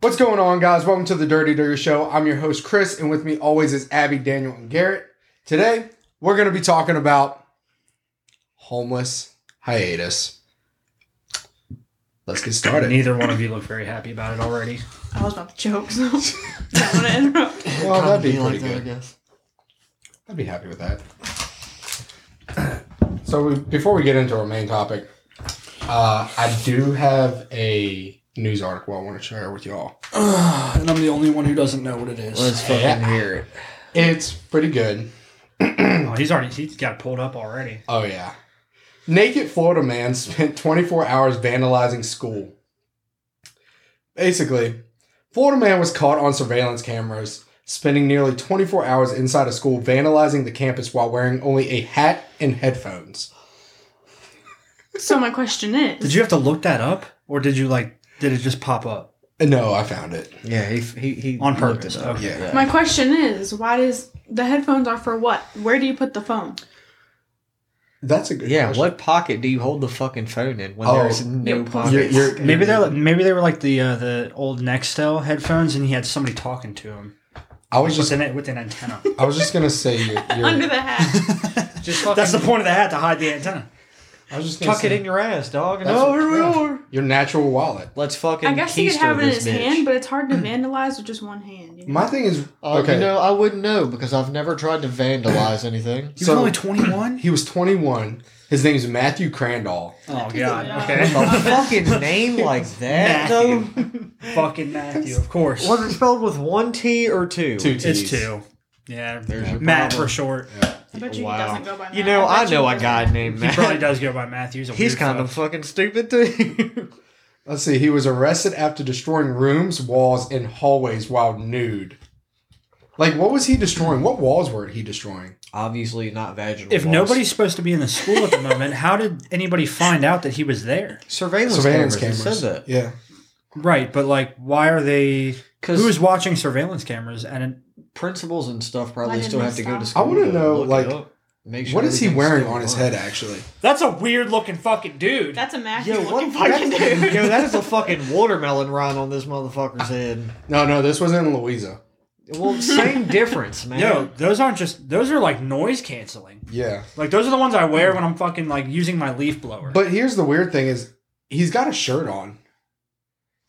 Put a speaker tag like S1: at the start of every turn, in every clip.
S1: What's going on, guys? Welcome to the Dirty Digger Show. I'm your host, Chris, and with me always is Abby, Daniel, and Garrett. Today, we're going to be talking about homeless hiatus. Let's get started.
S2: Neither one of you look very happy about it already.
S3: I was about to choke, so don't want to interrupt.
S1: Well, that'd be
S4: Kinda
S1: pretty
S4: that, I
S1: good.
S4: guess.
S1: I'd be happy with that. So, we, before we get into our main topic, uh, I do have a news article I want to share with y'all.
S2: and I'm the only one who doesn't know what it
S4: Let's fucking
S1: Yeah.
S4: hear it.
S1: It's pretty good.
S2: Oh, he's already he's got pulled up already.
S1: Oh yeah. Naked Florida man spent 24 hours vandalizing school. Basically, Florida man was caught on surveillance cameras spending nearly 24 hours inside a school vandalizing the campus while wearing only a hat and headphones.
S3: So my question is,
S2: Did you have to look that up, or did you like did it just pop up?
S1: No, I found it.
S4: Yeah, he he, he
S2: On
S4: he looked
S2: purpose,
S4: it up.
S2: okay.
S1: Yeah.
S3: my question is, why does the headphones are for what? Where do you put the phone?
S1: That's a good
S4: Yeah,
S1: question.
S4: what pocket do you hold the fucking phone in when
S1: Oh.
S4: there's no
S3: Your
S4: pocket?
S1: You're- you're-
S2: Maybe they're like- maybe they were like the uh, the old Nextel headphones, and he had somebody talking to him
S1: I was
S2: with
S1: just
S2: an with an antenna.
S1: I was just gonna say you're,
S3: Under
S1: you're
S3: the hat.
S4: Just
S2: That's the point of the hat to hide the antenna.
S1: I was just gonna
S4: tuck it
S1: say,
S4: in your ass, dog.
S1: That's
S4: No,
S1: what-
S4: here we
S1: yeah.
S4: are.
S1: your natural wallet.
S4: Let's fucking.
S3: I guess he could
S4: keister
S3: have it in
S4: this
S3: his
S4: bitch.
S3: hand, but it's hard to vandalize with just one hand. You know?
S1: My thing is
S4: Uh,
S1: okay.
S4: You know, I wouldn't know because I've never tried to vandalize anything.
S2: He was
S1: So-
S2: only 21.
S1: He was 21. His name's Matthew Crandall.
S2: Oh
S3: Yeah.
S2: god. Okay.
S4: a fucking name like that, though.
S2: Matthew. Fucking Matthew, of course.
S4: Was it spelled with one T or two?
S1: Two
S2: It's
S1: T's.
S2: two. Yeah.
S4: There's your
S2: Matt
S4: problem.
S2: for short.
S3: I bet you
S4: Wow.
S3: he doesn't go by that.
S4: You know, I,
S3: bet you
S4: know
S3: he
S4: a guy
S3: doesn't.
S4: named
S2: He probably
S4: Matt.
S2: does go by Matthew. He's, a
S4: He's
S2: weird
S4: kind
S2: fuck.
S4: of fucking stupid too.
S1: Let's see. He was arrested after destroying rooms, walls, and hallways while nude. Like, what was he destroying? What walls were he destroying?
S4: Obviously not vaginal.
S2: If
S4: walls.
S2: nobody's supposed to be in the school at the moment, how did anybody find out that he was there?
S4: surveillance,
S1: Surveillance
S4: cameras,
S1: cameras.
S4: it said that
S1: Yeah.
S2: Right, but like, why are they?
S4: because
S2: Who's watching surveillance cameras? And
S4: principals and stuff
S3: Why
S4: probably
S3: didn't
S4: still
S3: they
S4: have to go to
S3: stop?
S4: school.
S1: I wanna know,
S4: look it
S1: like,
S4: up, make
S1: What is he
S4: everything's
S1: wearing
S4: still
S1: on his
S4: alive.
S1: head, actually?
S2: that's a weird looking fucking dude.
S3: That's a Matthew
S4: Yo,
S3: looking
S4: what
S3: fucking
S4: that's-
S3: dude.
S4: yo, that is a fucking watermelon rind on this motherfucker's head.
S1: No, no, this was in Louisa.
S4: Well, same difference, man.
S2: Yo, those aren't just. Those are like noise canceling.
S1: Yeah.
S2: Like those are the ones I wear when I'm fucking like using my leaf blower.
S1: But here's the weird thing is he's got a shirt on.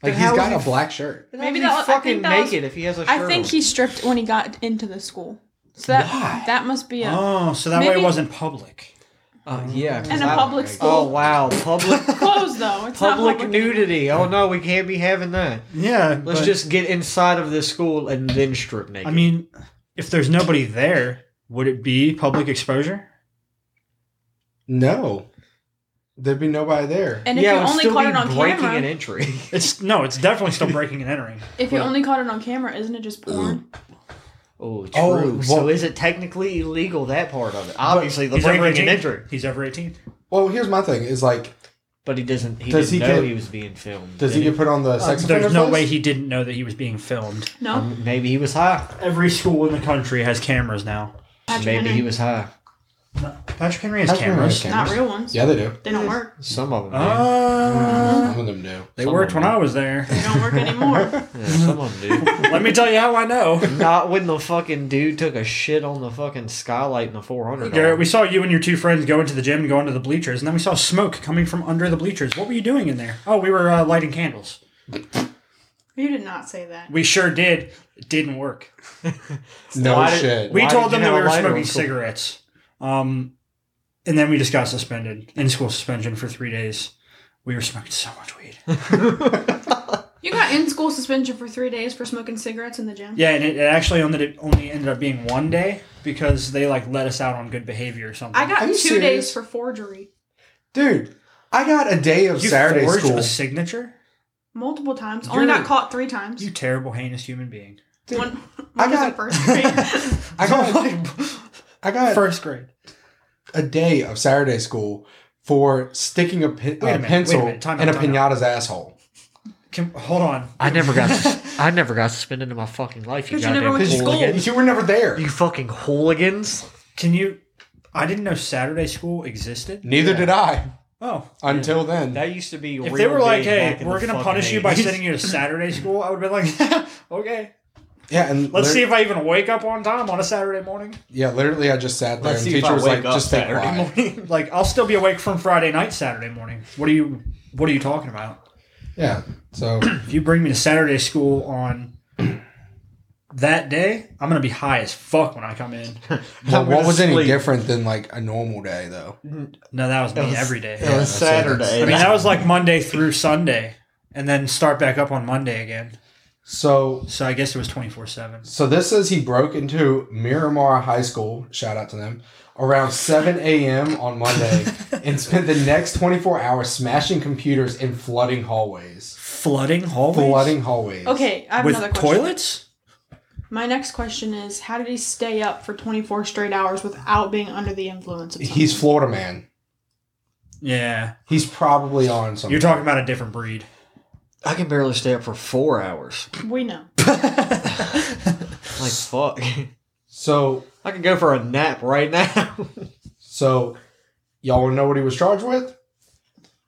S1: Like
S4: Then
S1: he's
S4: how
S1: got
S4: is
S1: a
S4: he-
S1: black shirt.
S4: That'd
S3: Maybe
S4: be
S3: that was- I
S4: fucking
S3: think that was-
S4: naked if he has a shirt
S3: I think
S4: on.
S3: he stripped when he got into the school. So that
S1: Why?
S3: that must be a
S2: Oh, so that way
S3: Maybe-
S2: it wasn't public.
S4: Uh, yeah. 'cause
S3: and a
S4: I-
S3: public
S1: right.
S3: school.
S4: Oh wow, public
S3: Clothes though. It's not
S4: public nudity. Oh no, we can't be having that.
S2: Yeah,
S4: Let's
S2: but,
S4: just get inside of this school and then strip naked.
S2: I mean, if there's nobody there, would it be public exposure?
S1: No. There'd be nobody there.
S3: And if
S4: yeah, it
S3: you
S4: would
S3: only
S4: still
S3: caught
S4: be
S3: it on
S4: breaking
S3: camera,
S4: an entry.
S2: It's no. It's definitely still breaking and entering.
S3: If you
S1: Well-
S3: only caught it on camera, isn't it just porn?
S4: Oh, true.
S1: Oh, well-
S4: so is it technically illegal that part of it? Obviously, the
S2: He's over
S4: breaking
S2: 18.
S4: and entry.
S2: He's over 18.
S1: Well, here's my thing is like,
S4: But he doesn't. He
S1: Does
S4: didn't
S1: he
S4: know
S1: get-
S4: he was being filmed.
S1: does
S4: did
S1: he get put on the sex offender
S2: Uh, There's no
S1: list?
S2: way he didn't know that he was being filmed.
S3: No.
S4: Um, maybe he was high.
S2: Every school in the country has cameras now.
S3: Patrick
S4: Maybe
S3: Henry.
S4: he was high.
S2: Patrick Henry has
S1: Patrick Henry has
S2: cameras.
S3: Not real ones.
S1: Yeah, they do.
S3: They don't work.
S4: Some of them.
S2: Uh,
S1: Some of them do.
S2: they
S4: Some
S2: worked
S4: of
S2: when
S4: them.
S2: I was there.
S3: They don't work anymore.
S4: do. Yeah, some of them
S2: Let me tell you how I know.
S4: do. Not when the fucking dude took a shit on the fucking skylight in the 400.
S2: Garrett, we saw you and your two friends go into the gym and go into the bleachers, and then we saw smoke coming from under the bleachers. What were you doing in there? Oh, we were uh, lighting candles.
S3: you did not say that.
S2: We sure did. It didn't work.
S1: No
S4: Why did-
S1: shit.
S2: We
S4: Why
S2: told them
S4: did
S2: that
S4: you have
S2: we
S4: a
S2: were
S4: lighter
S2: smoking
S4: on school?
S2: cigarettes. Um, and then we just got suspended in school suspension for three days. We were smoking so much weed.
S3: You got in school suspension for three days for smoking cigarettes in the gym.
S2: Yeah, and it, it actually only it only ended up being one day because they like let us out on good behavior or something.
S3: I got
S1: Are you
S3: two
S1: serious?
S3: days for forgery.
S1: Dude, I got a day of
S2: you
S1: Saturday
S2: forged
S1: school.
S2: a signature.
S3: Multiple times. Only
S2: You're-
S3: got caught three times.
S2: You terrible, heinous human being.
S1: dude,
S3: one one
S1: I
S3: was
S1: got-
S3: in first grade.
S1: I got I got
S2: First grade.
S1: a day of Saturday school for sticking a, pen,
S2: Wait a minute,
S1: a
S2: wait a
S1: pencil
S2: minute, time
S1: in a
S2: out, time
S1: pinata's asshole.
S2: Can, hold on.
S4: I never got. sus- I never got suspended in my fucking life. You
S3: 'Cause you never
S4: goddamn
S3: went to school.
S4: hooligans.
S1: You were never there.
S4: You fucking hooligans.
S2: Can you? I didn't know Saturday school existed.
S1: Neither did I.
S2: Oh,
S1: Until then,
S4: That used to be.
S2: if
S4: real
S2: they were like,
S4: big
S2: "Hey,
S4: back in
S2: we're
S4: the
S2: gonna
S4: fucking
S2: punish you by
S4: 80s.
S2: sending you to Saturday school," I would have been like, "Okay,
S1: yeah, and
S2: let's
S1: lit-
S2: see if I even wake up on time on a Saturday morning."
S1: yeah, literally, I just sat there
S4: Let's
S1: and
S4: see if
S1: teacher
S4: I
S1: was
S4: wake
S1: like,
S4: up
S1: "Just think
S4: Saturday
S1: why."
S4: morning.
S2: Like, I'll still be awake from Friday night, Saturday morning. What are you? What are you talking about?
S1: Yeah, so
S2: If you bring me to Saturday school on that day, I'm gonna be high as fuck when I come in.
S1: well,
S4: I'm gonna
S1: what was any
S4: sleep.
S1: different than like a normal day though?
S2: No, that was me
S4: That was-
S2: every day.
S4: It was
S1: that's it. That's-
S4: Saturday.
S2: I mean, that was like Monday through Sunday, and then start back up on Monday again.
S1: So
S2: So I guess it was twenty four seven.
S1: So this says he broke into Miramar High School, shout out to them, around 7 a.m. on Monday and spent the next 24 hours smashing computers and flooding hallways.
S2: Flooding hallways.
S1: Flooding hallways.
S3: Okay, I have
S2: with
S3: another question.
S2: toilets.
S3: My next question is how did he stay up for 24 straight hours without being under the influence of something?
S1: He's Florida man.
S2: Yeah,
S1: He's probably on something.
S2: you're talking about a different breed.
S4: I can barely stay up for four hours.
S3: We know.
S4: Like fuck.
S1: so
S4: I could go for a nap right now.
S1: so y'all want to know what he was charged with?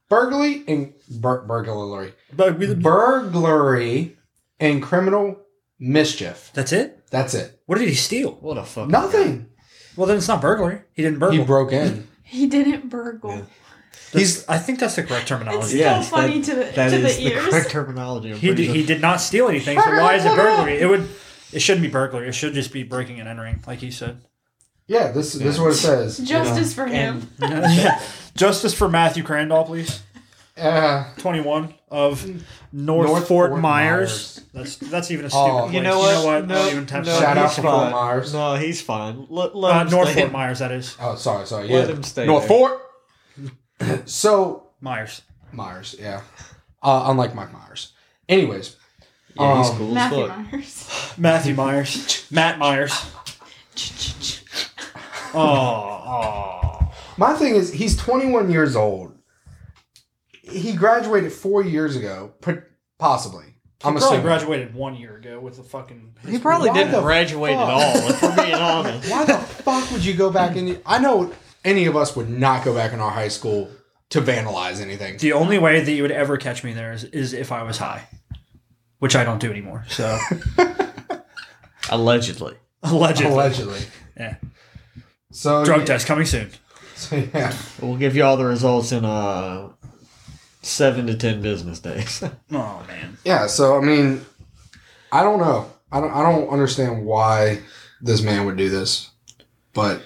S1: Burglary and bur- burglary.
S2: But we-
S1: Burglary and criminal mischief.
S2: that's it.
S1: That's it.
S2: What did he steal?
S4: what a fuck.
S1: Nothing.
S2: Well, then it's not burglary. He didn't burgle.
S1: He broke in.
S3: He didn't burgle.
S4: Yeah.
S2: He's. I think that's the correct
S3: It's
S2: terminology.
S4: Yeah.
S3: still
S4: Yes,
S3: funny
S4: that-
S3: to the,
S4: That
S3: to
S4: is
S3: the
S4: the,
S3: ears.
S4: correct terminology. I'm
S2: He
S4: pretty
S2: did, he did not steal anything. So why is it burglary? It would. It shouldn't be burglary. It should just be breaking and entering, like he said.
S1: Yeah, this this is what it says. you know.
S3: Justice for him.
S4: And
S2: Justice for Matthew Crandall, please.
S1: Uh,
S2: Twenty one of North,
S1: North
S2: Fort,
S1: Fort
S2: Myers. That's that's even a stupid.
S1: Oh.
S2: place.
S4: you know what?
S2: Don't
S4: No,
S2: even tempt
S4: no,
S2: me.
S1: Shout out
S4: he's
S1: to Fort
S4: fine.
S1: Myers.
S4: No, he's fine. Let, let
S2: Uh,
S4: him
S2: North
S4: stay.
S2: Fort Myers. That is
S1: oh, sorry, sorry. Yeah.
S4: Let him stay
S1: North
S4: there.
S1: Fort. so
S2: Myers.
S1: Myers, yeah. Uh, unlike Mike Myers. Anyways,
S4: Yeah, he's
S1: Um,
S4: cool as
S3: Matthew
S4: fuck.
S3: Myers.
S2: Matthew Myers. Matt Myers. Oh, oh.
S1: my thing is he's 21 years old. He graduated four years ago, po- possibly. I'm
S2: He probably
S1: assuming.
S2: graduated one year ago with a fucking.
S4: He probably
S1: Why the
S4: didn't graduate
S1: fuck?
S4: at all, if we're being honest.
S1: Why the fuck would you go back in? I know any of us would not go back in our high school to vandalize anything.
S2: The only way that you would ever catch me there is, is if I was high, which I don't do anymore. So
S4: Allegedly.
S2: allegedly,
S1: Allegedly.
S2: Yeah.
S1: So
S2: drug test coming soon.
S1: So, yeah.
S4: We'll give you all the results in uh, seven to ten business days.
S2: Oh man,
S1: Yeah, so I mean, I don't know. I don't. I don't understand why this man would do this, but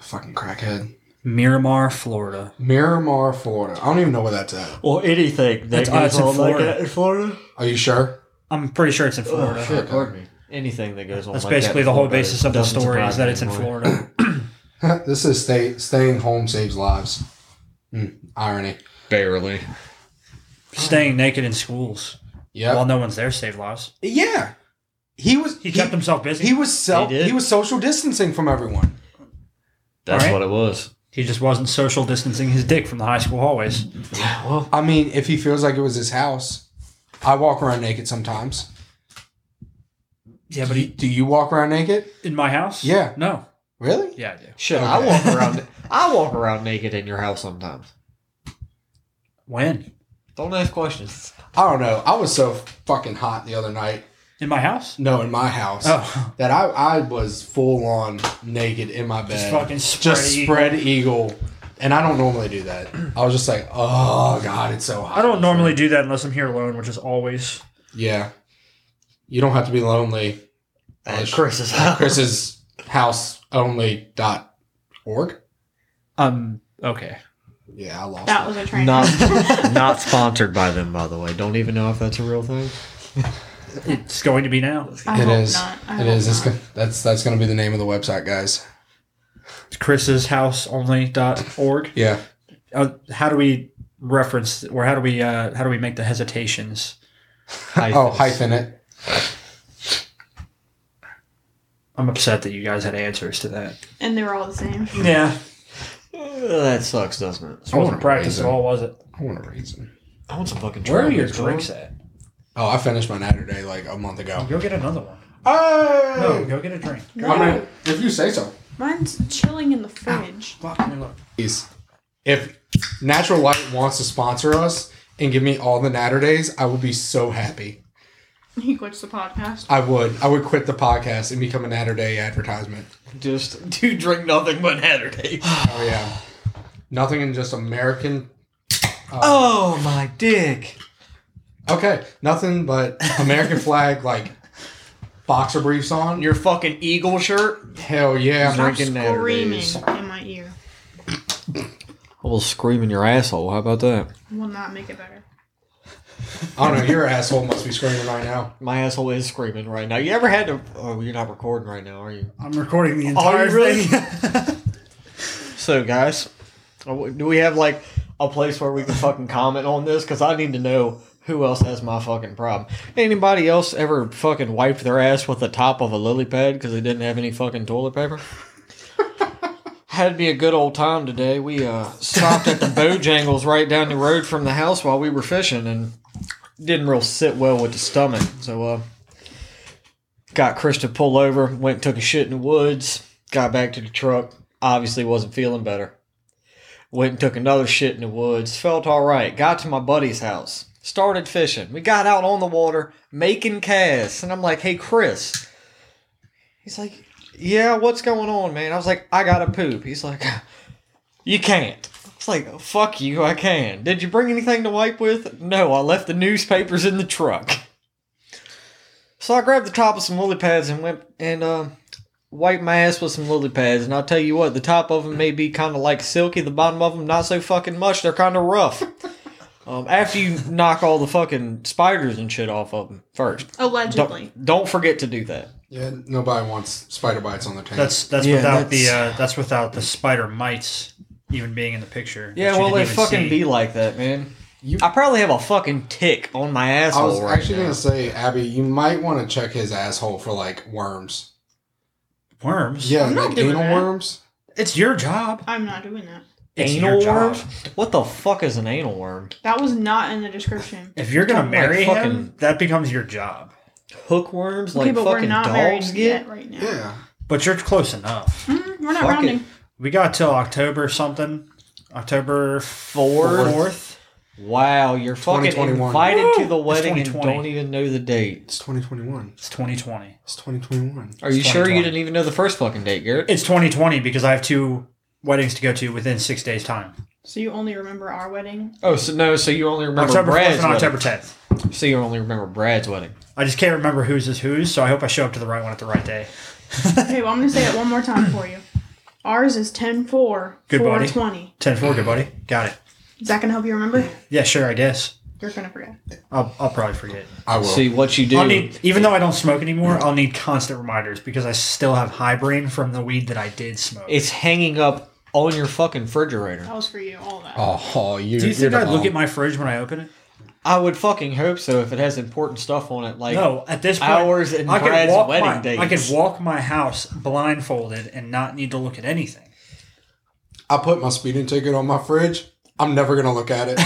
S1: fucking crackhead.
S2: Miramar, Florida.
S1: Miramar, Florida. I don't even know where that's at.
S4: or anything that
S2: That's- uh, it's
S4: goes
S2: in
S4: on like
S2: Florida.
S4: that in Florida.
S1: Are you sure?
S2: I'm pretty sure it's in Florida.
S1: shit.
S4: Pardon me. Anything that goes on.
S2: That's
S4: like
S2: basically
S4: that in
S2: the whole
S4: Oh Florida
S2: basis of the
S4: doesn't
S2: story
S4: surprise
S2: is that
S4: me
S2: it's in
S4: anymore.
S2: Florida.
S1: this is stay staying home saves lives. Hmm, irony.
S4: Barely.
S2: Staying naked in schools
S1: Yep.
S2: while no one's there saved lives.
S1: yeah. He was.
S2: He kept himself busy.
S1: He was self.
S4: He did.
S1: He was social distancing from everyone.
S4: That's
S2: Alright.
S4: what it was.
S2: He just wasn't social distancing his dick from the high school hallways.
S4: Yeah, well,
S1: I mean, if he feels like it was his house, I walk around naked sometimes.
S2: Yeah, but
S1: Do you- do you walk around naked?
S2: in my house?
S1: Yeah.
S2: No.
S1: Really?
S2: Yeah, I do.
S4: shit. I
S1: Okay.
S4: walk around. I walk around naked in your house sometimes.
S2: When?
S4: Don't ask questions.
S1: I don't know. I was so fucking hot the other night.
S2: In my house?
S1: No, in my house.
S2: Oh.
S1: That I, I was full on naked in my bed.
S2: Just fucking spread.
S1: Just
S2: eagle.
S1: spread eagle. And I don't normally do that. I was just like, oh God, it's so hot.
S2: I don't normally do that unless I'm here alone, which is always.
S1: Yeah. You don't have to be lonely.
S4: At Chris's house.
S1: Chris's house only dot org.
S2: Um. Okay.
S1: Yeah, I lost
S3: That
S1: it.
S3: was a train.
S4: Not,
S3: wreck.
S4: not sponsored by them, by the way. Don't even know if that's a real thing.
S2: It's going to be now.
S4: Oh,
S3: I
S1: It
S3: hope
S1: is.
S3: Not. I
S1: It
S3: hope
S1: is. It's
S3: not.
S1: go- that's that's gonna be the name of the website, guys.
S2: It's Chris's house only dot org.
S1: Yeah.
S2: Uh, how do we reference or how do we uh, how do we make the hesitations?
S1: Oh, hyphen it.
S2: I'm upset that you guys had answers to that.
S3: And they were all the same.
S2: Yeah.
S4: Uh, that sucks, doesn't it?
S2: I wasn't practice at all, was it?
S1: I want a reason.
S4: I want some fucking.
S2: Where are your
S4: Trailblazers, bro.
S2: drinks at?
S1: Oh, I finished my Natter Day like a month ago.
S2: Go get another one.
S1: Hey!
S2: No, go get a drink.
S3: No.
S1: I mean, if you say so.
S4: Ah.
S3: Mine's chilling in the fridge.
S2: Fuck me, look.
S1: Please. If Natural Light wants to sponsor us and give me all the Natter days, I will be so happy.
S3: He quits the podcast.
S1: I would. I would quit the podcast and become a Natter Day advertisement.
S4: Just do drink nothing but Natterdays.
S1: Oh yeah, nothing in just American.
S4: oh my dick.
S1: Okay, nothing but American flag like boxer briefs on.
S4: Your fucking eagle shirt.
S1: Hell yeah,
S3: Stop
S4: drinking Natter
S3: screaming
S4: Days.
S3: in my ear.
S4: A little scream in your asshole. How about that?
S3: Will not make it better.
S1: I don't know. Your asshole must be screaming right now.
S4: My asshole is screaming right now. You ever had to? Oh, you're not recording right now, are you?
S2: I'm recording the entire
S4: really?
S2: thing.
S4: So, guys, uh, do we have like a place where we can fucking comment on this? Because I need to know who else has my fucking problem. Anybody else ever fucking wiped their ass with the top of a lily pad because they didn't have any fucking toilet paper? Had to be a good old time today. We uh, stopped at the Bojangles right down the road from the house while we were fishing and didn't real sit well with the stomach. So, uh, got Chris to pull over, went and took a shit in the woods, got back to the truck, obviously wasn't feeling better. Went and took another shit in the woods, felt all right, got to my buddy's house, started fishing. We got out on the water, making casts, and I'm like, hey, Chris. He's like, yeah, what's going on, man? I was like, I gotta poop. He's like, you can't. It's like, fuck you, I can. Did you bring anything to wipe with? No, I left the newspapers in the truck. So I grabbed the top of some lily pads and went and uh, wiped my ass with some lily pads. And I'll tell you what, the top of them may be kind of like silky, the bottom of them not so fucking much. They're kind of rough. um, after you knock all the fucking spiders and shit off of them first.
S3: Allegedly.
S4: Don't, don't forget to do that.
S1: Yeah, nobody wants spider bites on their tail.
S2: that's that's
S4: Yeah,
S2: without the
S4: that's-
S2: uh, that's without the spider mites even being in the picture. that
S4: Yeah,
S2: you
S4: well, they
S2: didn't even
S4: fucking
S2: see.
S4: be like that, man. I probably have a fucking tick on my
S1: I
S4: asshole
S1: was
S4: right
S1: actually
S4: now.
S1: gonna say, Abby, you might want to check his asshole for like worms.
S2: worms.
S1: Yeah,
S3: I'm not
S1: like
S3: doing
S1: anal
S3: that.
S1: worms.
S2: it's your job.
S3: I'm not doing that.
S2: It's
S4: anal
S2: your job.
S4: worm? What the fuck is an anal worm?
S3: That was not in the description.
S2: If you're gonna
S4: Talking like
S2: marry him,
S4: fucking-
S2: that becomes your job.
S4: Hookworms
S3: Okay,
S4: like
S3: but we're
S4: fucking
S3: not married
S4: dogs get?
S3: yet right now.
S1: Yeah,
S2: But you're close enough.
S3: Mm, we're not
S4: Fuck
S3: rounding.
S4: it.
S2: We got till October something. October
S4: Fourth.
S2: fourth.
S4: Wow, you're fucking
S1: 2021.
S4: invited
S2: Woo!
S4: to the
S2: It's
S4: wedding and
S2: 2020.
S4: don't even know the date.
S1: it's 2021.
S2: It's 2020.
S1: It's 2021.
S4: Are you
S2: It's
S4: sure you
S2: 2020.
S4: didn't even know the first fucking date, Garrett?
S2: It's 2020 because I have two weddings to go to within six days' time.
S3: So you only remember our wedding?
S4: oh, so no, so you only remember
S2: October
S4: Brad's
S2: 4th and October
S4: wedding.
S2: 10th.
S4: So you only remember Brad's wedding.
S2: I just can't remember whose is whose, so I hope I show up to the right one at the right day.
S3: Okay, well, I'm going to say it one more time for you. Ours is 10 4,
S2: Good buddy.
S3: 420.
S2: 10 4, good buddy. Got it.
S3: Is that going to help you remember?
S2: Yeah, sure, I guess.
S3: You're going to forget.
S2: I'll, I'll probably forget.
S1: I will.
S4: See what you do.
S2: I'll need, even though I don't smoke anymore, I'll need constant reminders because I still have high brain from the weed that I did smoke.
S4: it's hanging up on your fucking refrigerator.
S3: That was for you, all that.
S1: oh, you.
S2: Do you think
S1: you're
S2: I'd
S1: the
S2: look
S1: bomb.
S2: at my fridge when I open it?
S4: I would fucking hope so if it has important stuff on it. Like
S2: No, at this point,
S4: Hours and
S2: I could
S4: Brad's
S2: walk
S4: wedding
S2: my, I could
S4: dates.
S2: walk my house blindfolded and not need to look at anything.
S1: I put my speeding ticket on my fridge. I'm never gonna look at it.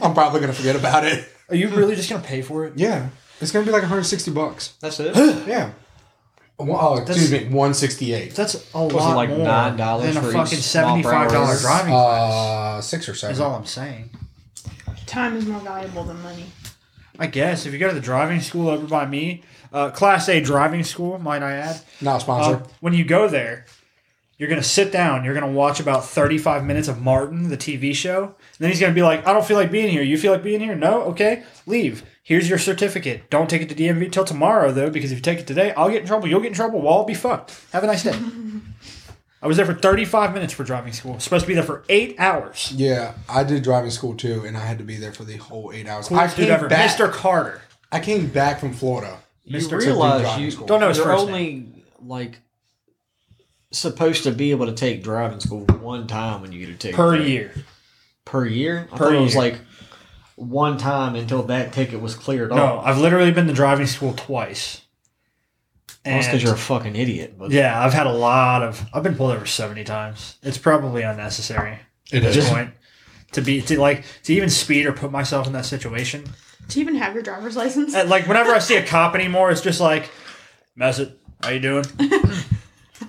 S1: I'm probably gonna forget about it.
S2: Are you really just gonna pay for it?
S1: Yeah, it's gonna be like 160 bucks.
S4: that's it. was
S1: Yeah. Well, oh, excuse me, 168.
S2: That's a lot
S4: it like
S2: more
S4: $9
S2: than a
S4: for each
S2: fucking
S4: small Uh,
S2: seventy-five dollar
S4: browser?
S2: driving class.
S1: Uh, six or
S2: Is
S1: seven.
S2: all I'm saying.
S3: Time is more valuable than money.
S2: I guess if you go to the driving school over by me, uh, Class A driving school, might I add.
S1: Not a
S2: uh,
S1: sponsor.
S2: when you go there, you're gonna sit down. You're gonna watch about 35 minutes of Martin, the TV show. And then he's gonna be like, "I don't feel like being here. You feel like being here? No? Okay, leave. Here's your certificate. Don't take it to DMV till tomorrow though, because if you take it today, I'll get in trouble. You'll get in trouble. We'll all be fucked. Have a nice day." I was there for 35 minutes for driving school. Supposed to be there for eight hours.
S1: yeah, I did driving school too, and I had to be there for the whole eight hours. I
S2: Coolest dude
S1: came
S2: ever.
S1: back.
S2: Mr. Carter.
S1: I came back from Florida.
S4: You
S2: Mr.
S4: realize
S1: Driving
S4: you
S1: school.
S2: Don't know his
S4: you're
S2: first name.
S4: only like supposed to be able to take driving school one time when you get a ticket
S2: per
S4: right?
S2: year.
S4: Per year?
S2: Per
S4: I thought it was
S2: year.
S4: like one time until that ticket was cleared off.
S2: No, I've literally been to driving school twice.
S4: That's
S2: And-
S4: because you're a fucking idiot. But
S2: Yeah, I've had a lot of. I've been pulled over seventy times. It's probably unnecessary
S1: It
S2: at this point to be to like to even speed or put myself in that situation.
S3: Do you even have your driver's license?
S2: And, like whenever I see a cop anymore, it's just like, mess it. How you doing?
S4: No,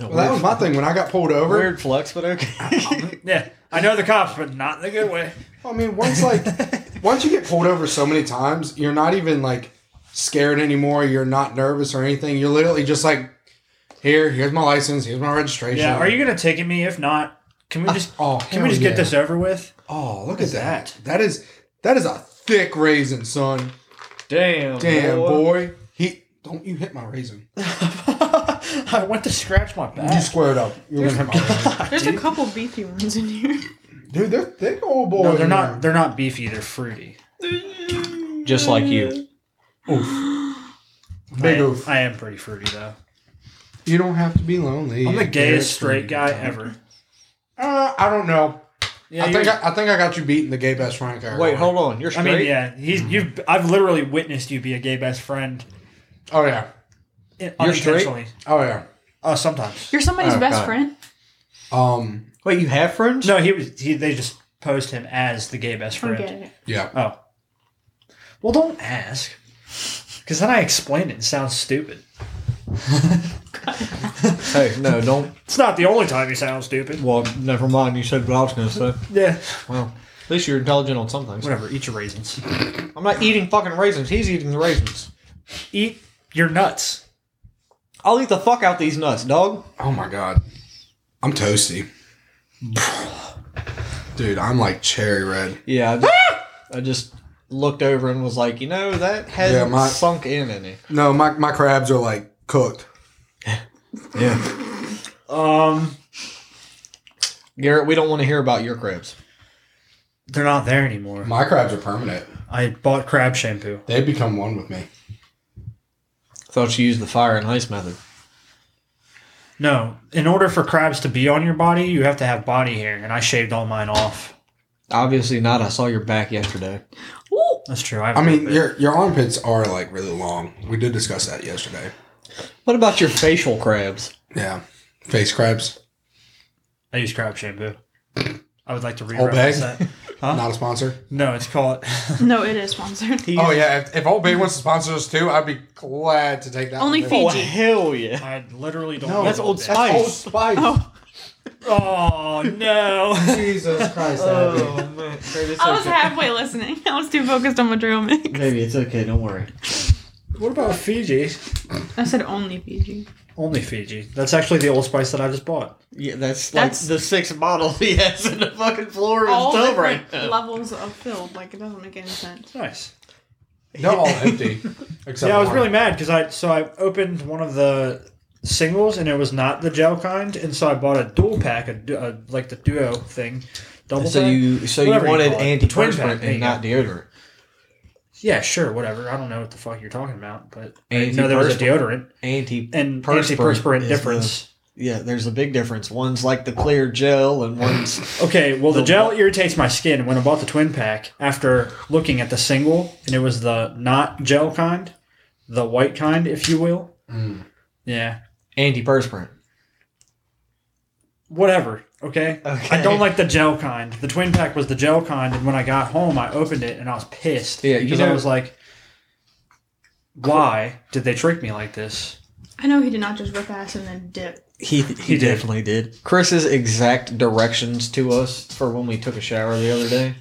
S1: Well, that was
S4: weird,
S1: my thing when I got pulled over.
S4: weird flex, but okay.
S2: Yeah, I know the cops, but not in the good way.
S1: I mean, once like once you get pulled over so many times, you're not even like scared anymore. You're not nervous or anything. You're literally just like, here, here's my license. Here's my registration.
S2: Yeah, Uh, are you gonna ticket me? If not, can we just
S1: oh,
S2: can we
S1: hell
S2: just
S1: yeah.
S2: get this over with?
S1: Oh, look
S2: is
S1: at that.
S2: that?
S1: That is that is a thick raisin, son.
S4: Damn.
S1: Damn boy. He don't you hit my raisin.
S2: I went to scratch my
S1: You
S2: back.
S1: squared up. You're gonna hit my raisin.
S3: There's a couple beefy ones in here.
S1: Dude, they're thick old boys.
S2: No, they're not. They're not beefy. They're fruity.
S4: Just like you.
S1: Big
S2: I am,
S1: oof.
S2: I am pretty fruity though.
S1: You don't have to be lonely.
S2: I'm the
S1: Garrett's
S2: gayest straight guy ever.
S1: Uh, I don't know.
S2: Yeah,
S1: I think
S2: you're-
S1: I, I think I got you beating the gay best friend category.
S4: Wait, hold on. You're
S2: I
S4: straight.
S2: mean, yeah, he's you've. I've literally witnessed you be a gay best friend
S1: Oh yeah.
S2: in-
S4: You're straight?
S2: unintentionally.
S1: Oh yeah.
S2: Uh, sometimes.
S3: You're somebody's
S4: Oh,
S3: best
S4: God.
S3: friend.
S1: Um.
S4: Wait, you have friends?
S2: No, he was. He, they just posed him as the gay best friend.
S3: Forget it.
S1: Yeah.
S2: Oh. Well, don't ask. Because then I explained it and it sounds stupid.
S4: Hey, no, don't.
S2: It's not the only time you sound stupid.
S4: Well, never mind. You said what I was going to say.
S2: Yeah.
S4: Well, at least you're intelligent on some things.
S2: Whatever, eat your raisins.
S4: I'm not eating fucking raisins. He's eating the raisins.
S2: eat your nuts.
S4: I'll eat the fuck out these nuts, dog.
S1: Oh my god. I'm toasty. Dude, I'm like cherry red.
S4: Yeah. I just,
S2: Ah!
S4: I just looked over and was like, you know, that hasn't
S1: my-
S4: sunk in any.
S1: No, my, my crabs are like cooked.
S4: Yeah.
S2: Um,
S4: Garrett, we don't want to hear about your crabs.
S2: they're not there anymore.
S1: My crabs are permanent.
S2: I bought crab shampoo.
S1: They become one with me.
S4: Thought you used the fire and ice method.
S2: No, in order for crabs to be on your body, you have to have body hair, and I shaved all mine off.
S4: Obviously not. I saw your back yesterday.
S3: Ooh.
S2: That's true. I, have
S1: I
S2: a
S1: mean,
S2: bit.
S1: your your armpits are like really long. We did discuss that yesterday.
S4: What about your facial crabs?
S1: Yeah. Face crabs.
S2: I use crab shampoo. I would like to
S1: Old bag?
S2: re-reference that.
S1: Not a sponsor.
S2: No, it's called.
S3: No, it is sponsored.
S1: Oh yeah, if, if Old Bay wants to sponsor us too, I'd be glad to take that.
S3: Only
S1: one.
S3: Fiji.
S4: hell yeah.
S2: I literally don't.
S1: No,
S2: know
S1: that's
S2: what
S4: Old
S2: that-
S4: Spice.
S1: Old Spice.
S2: Oh no!
S1: Jesus Christ. Abby.
S4: man.
S3: I was halfway listening. I was too focused on my trail mix.
S4: Maybe it's okay. Don't worry.
S2: what about Fiji?
S3: I said only Fiji.
S2: Only Fiji. That's actually the Old Spice that I just bought.
S4: Yeah, that's,
S3: That's-
S4: like the sixth bottle he has in the fucking floor of his
S3: All
S4: tub
S3: different
S4: right now.
S3: levels of filled. Like it doesn't make any sense.
S2: Nice.
S1: They're all empty. Except
S2: yeah, I was
S1: one.
S2: really mad because I so I opened one of the singles and it was not the gel kind, and so I bought a dual pack, a, du- a like the duo thing, double.
S4: So
S2: pack.
S4: you so
S2: Whatever
S4: you
S2: you
S4: wanted
S2: call it. Twin pack,
S4: antiperspirant
S2: there you
S4: and not deodorant.
S2: yeah, sure, whatever. I don't know what the fuck you're talking about, but I
S4: Antiperspirant.
S2: didn't know there was a deodorant
S4: Anti
S2: and
S4: Perspirant
S2: antiperspirant
S4: is
S2: difference.
S4: the- yeah, there's a big difference. One's like the clear gel, and one's
S2: Okay, well, the,
S4: The-
S2: gel irritates my skin. and When I bought the twin pack, after looking at the single, and it was the not gel kind, the white kind, if you will.
S4: Mm.
S2: Yeah,
S4: antiperspirant.
S2: whatever. Okay?
S4: Okay.
S2: I don't like the gel kind. The twin pack was the gel kind, and when I got home, I opened it and I was pissed.
S4: Yeah, you
S2: because I
S4: know-
S2: was like, why did they trick me like this?
S3: I know he did not just rip ass and then dip.
S4: He he,
S2: did.
S4: definitely did. Chris's exact directions to us for when we took a shower the other day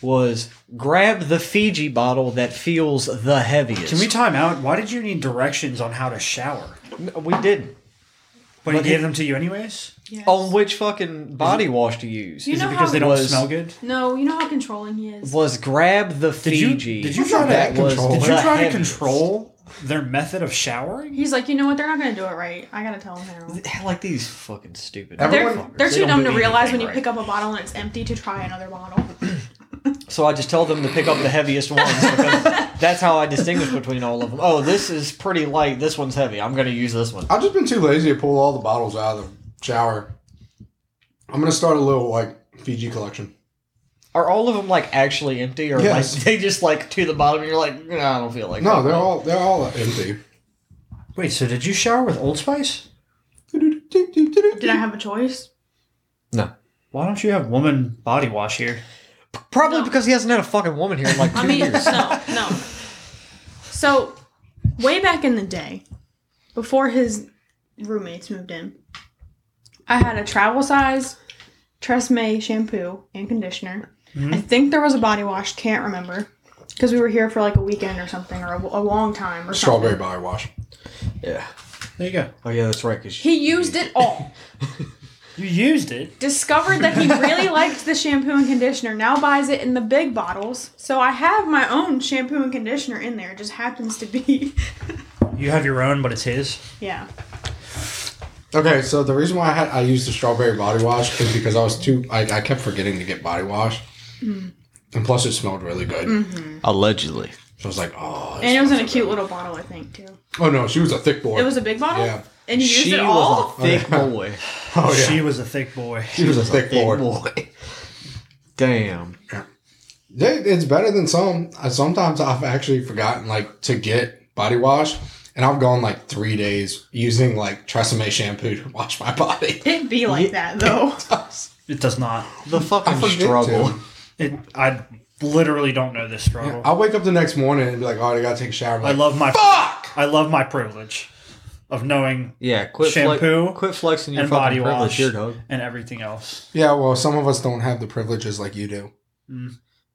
S4: was grab the Fiji bottle that feels the heaviest.
S2: Can we time out? Why did you need directions on how to shower?
S4: No, we didn't.
S2: But he
S4: But
S2: gave
S4: it-
S2: them to you anyways?
S3: Yes.
S4: On which fucking body wash to use?
S3: You
S2: Is it
S3: know
S2: because
S3: how-
S2: they don't
S4: Was-
S2: smell good?
S3: No, you know how controlling he is.
S4: was grab the
S2: Did you,
S4: Fiji.
S2: did you try
S1: That
S2: to
S1: was
S2: did you
S1: the
S2: try to
S4: heaviest.
S2: control their method of showering?
S3: He's like, you know what? They're not gonna do it right. I gotta tell them they're wrong.
S4: Like these fucking stupid.
S3: They're,
S1: Everyone-
S3: they're
S4: They
S3: too
S4: don't
S3: dumb
S4: do
S3: to realize when
S4: anything
S3: you
S4: right.
S3: pick up a bottle and it's empty to try another bottle.
S4: So I just tell them to pick up the heaviest ones because that's how I distinguish between all of them. Oh, this is pretty light. This one's heavy. I'm going to use this one.
S1: I've just been too lazy to pull all the bottles out of the shower. I'm gonna start a little like Fiji collection.
S4: Are all of them like actually empty, or
S1: Yes.
S4: like they just like to the bottom? And you're like, nah, I don't feel like.
S1: No,
S4: that."
S1: they're all they're all empty.
S2: Wait, so did you shower with Old Spice?
S3: Did I have a choice?
S2: Why don't you have woman body wash here?
S4: probably
S3: No.
S4: because he hasn't had a fucking woman here in like two
S3: I mean,
S4: years.
S3: no, no. So, way back in the day, before his roommates moved in, I had a travel size, Tresemme shampoo and conditioner. I think there was a body wash. Can't remember because we were here for like a weekend or something or a, a long time or
S1: Strawberry
S3: Something.
S1: body wash.
S4: Yeah.
S2: There you go.
S4: Oh yeah, that's right. Cause
S3: He used it all.
S2: You used it.
S3: Discovered that he really liked the shampoo and conditioner. Now buys it in the big bottles. So I have my own shampoo and conditioner in there. It just happens to be.
S2: You have your own, but it's his.
S3: yeah.
S1: Okay, so the reason why I had I used the strawberry body wash is because I was too I, I kept forgetting to get body wash. And plus it smelled really good.
S4: allegedly.
S1: So I was like, oh this
S3: And it was in a
S1: smells
S3: cute
S1: so
S3: little bottle, I think, too.
S1: good. Oh no, she was a thick boy.
S3: It was a big bottle?
S1: Yeah.
S3: And you used
S4: She
S3: it all?
S4: was a thick boy.
S1: oh, yeah.
S2: She was a thick boy.
S1: She was a thick boy.
S4: boy. Damn.
S1: They- It's better than some. Uh, Sometimes I've actually forgotten like to get body wash, and I've gone like three days using like Tresemme shampoo to wash my body.
S3: It'd be like that, though.
S2: It does not.
S4: The
S1: I
S4: fucking
S1: forget
S4: struggle.
S1: to.
S2: It. I literally don't know this struggle.
S1: I wake up the next morning and be like, "All right, I gotta take a shower." I'm
S2: I
S1: like,
S2: love my.
S1: fuck.
S2: I love my privilege of knowing
S4: Yeah, quit flex-
S2: Shampoo
S4: quit flexing your
S2: and
S4: fucking
S2: body
S4: privilege
S2: wash
S4: here, dog.
S2: and everything else.
S1: Yeah, well, some of us don't have the privileges like you do.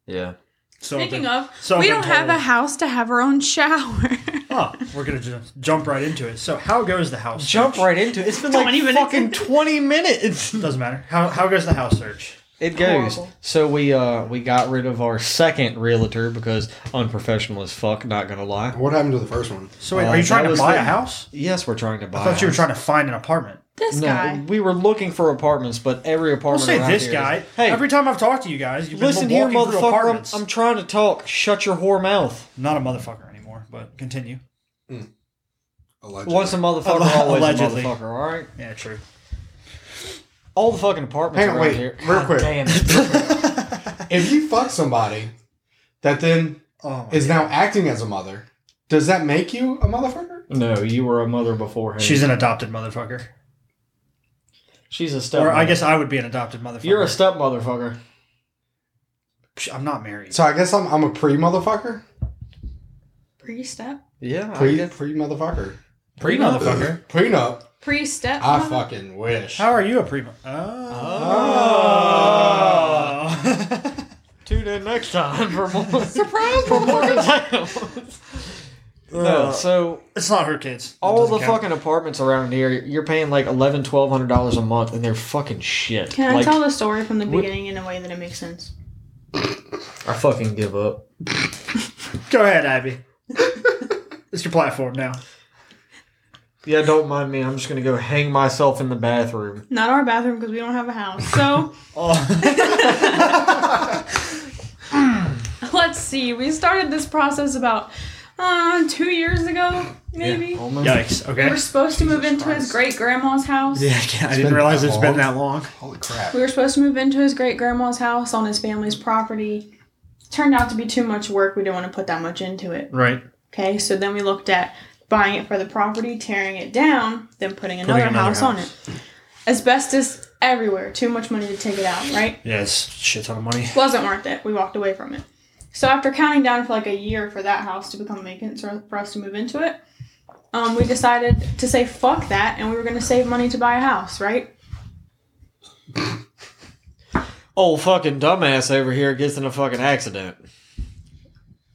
S4: Yeah.
S2: So
S3: Speaking
S2: then-
S3: of,
S2: so
S3: we
S2: I've
S3: don't
S2: been
S3: have a
S2: told.
S3: house to have our own shower.
S2: Oh, we're gonna ju- jump right into it. So how goes the house?
S4: Jump
S2: search?
S4: right into it. It's been like
S3: 20 minutes.
S4: fucking twenty minutes.
S2: Doesn't matter. How how goes the house search?
S4: It goes.
S3: Horrible.
S4: So we uh we got rid of our second realtor because unprofessional as fuck. Not gonna lie.
S1: What happened to the first one?
S2: So wait,
S4: Uh,
S2: are you
S4: that
S2: trying to
S4: was
S2: buy
S4: the-
S2: a house?
S4: Yes, we're trying to buy.
S2: I thought you were
S4: a
S2: trying to find an apartment.
S3: this
S4: house.
S3: guy.
S4: No, we were looking for apartments, but every
S2: I'll
S4: apartment.
S2: say
S4: around
S2: this
S4: here
S2: guy.
S4: is- Hey,
S2: every time I've talked to you guys, you've
S4: listen
S2: been
S4: here,
S2: walking through
S4: motherfucker.
S2: apartments.
S4: I'm, I'm trying to talk. Shut your whore mouth.
S2: not a motherfucker anymore, but continue.
S1: Allegedly.
S4: Once a motherfucker,
S2: Alleg-
S4: always
S2: allegedly.
S4: a motherfucker. All right.
S2: Yeah, true.
S4: All the fucking apartments
S1: Hang on,
S4: around
S1: wait,
S4: here.
S1: real quick.
S4: Damn. it.
S1: if you fuck somebody that then
S2: Oh, my
S1: is
S2: God.
S1: now acting as a mother, does that make you a motherfucker?
S4: no, you were a mother before him.
S2: she's an adopted motherfucker,
S4: she's a step.
S2: or I guess I would be an adopted motherfucker.
S4: you're a step motherfucker.
S2: Psh, I'm not married.
S1: So I guess I'm I'm a pre motherfucker.
S3: Pre-step?
S4: Yeah. I
S1: Pre
S4: guess.
S1: pre motherfucker.
S2: Pre motherfucker.
S1: Prenup.
S3: Pre-step?
S1: I
S3: mother-
S1: fucking wish.
S2: How are you a pre? Oh.
S4: Oh. Tune in next time for more.
S3: Surprise,
S4: for more details. No, so
S2: it's not her kids. That
S4: all
S2: doesn't
S4: the
S2: count.
S4: fucking apartments around here, you're paying like eleven, twelve hundred dollars a month, and they're fucking shit.
S3: Can I
S4: like,
S3: tell the story from the
S4: What-
S3: beginning in a way that it makes sense?
S4: I fucking give up.
S2: Go ahead, Abby. it's your platform now.
S4: Yeah, don't mind me. I'm just gonna go hang myself in the bathroom.
S3: Not our bathroom because we don't have a house. So
S4: Oh.
S3: let's see. We started this process about uh, two years ago, maybe.
S4: Yeah, almost.
S2: Yikes.
S3: We
S2: Okay.
S3: were supposed to move into his
S1: Christ.
S3: great grandma's house.
S2: Yeah, I can't- I didn't
S1: been
S2: realize
S1: that
S2: it's
S1: long.
S2: been that long.
S1: Holy crap.
S3: We were supposed to move into his great grandma's house on his family's property. Turned out to be too much work. We didn't want to put that much into it.
S2: Right.
S3: Okay, so then we looked at buying it for the property, tearing it down, then putting another,
S2: another
S3: house, on
S2: house.
S3: it. Asbestos everywhere. Too much money to take it out, right?
S2: Yeah, it's a shit ton of money.
S3: wasn't worth it. We walked away from it. So after counting down for like a year for that house to become vacant so for us to move into it, um, we decided to say fuck that and we were gonna save money to buy a house, right?
S4: Old fucking dumbass over here gets in a fucking accident.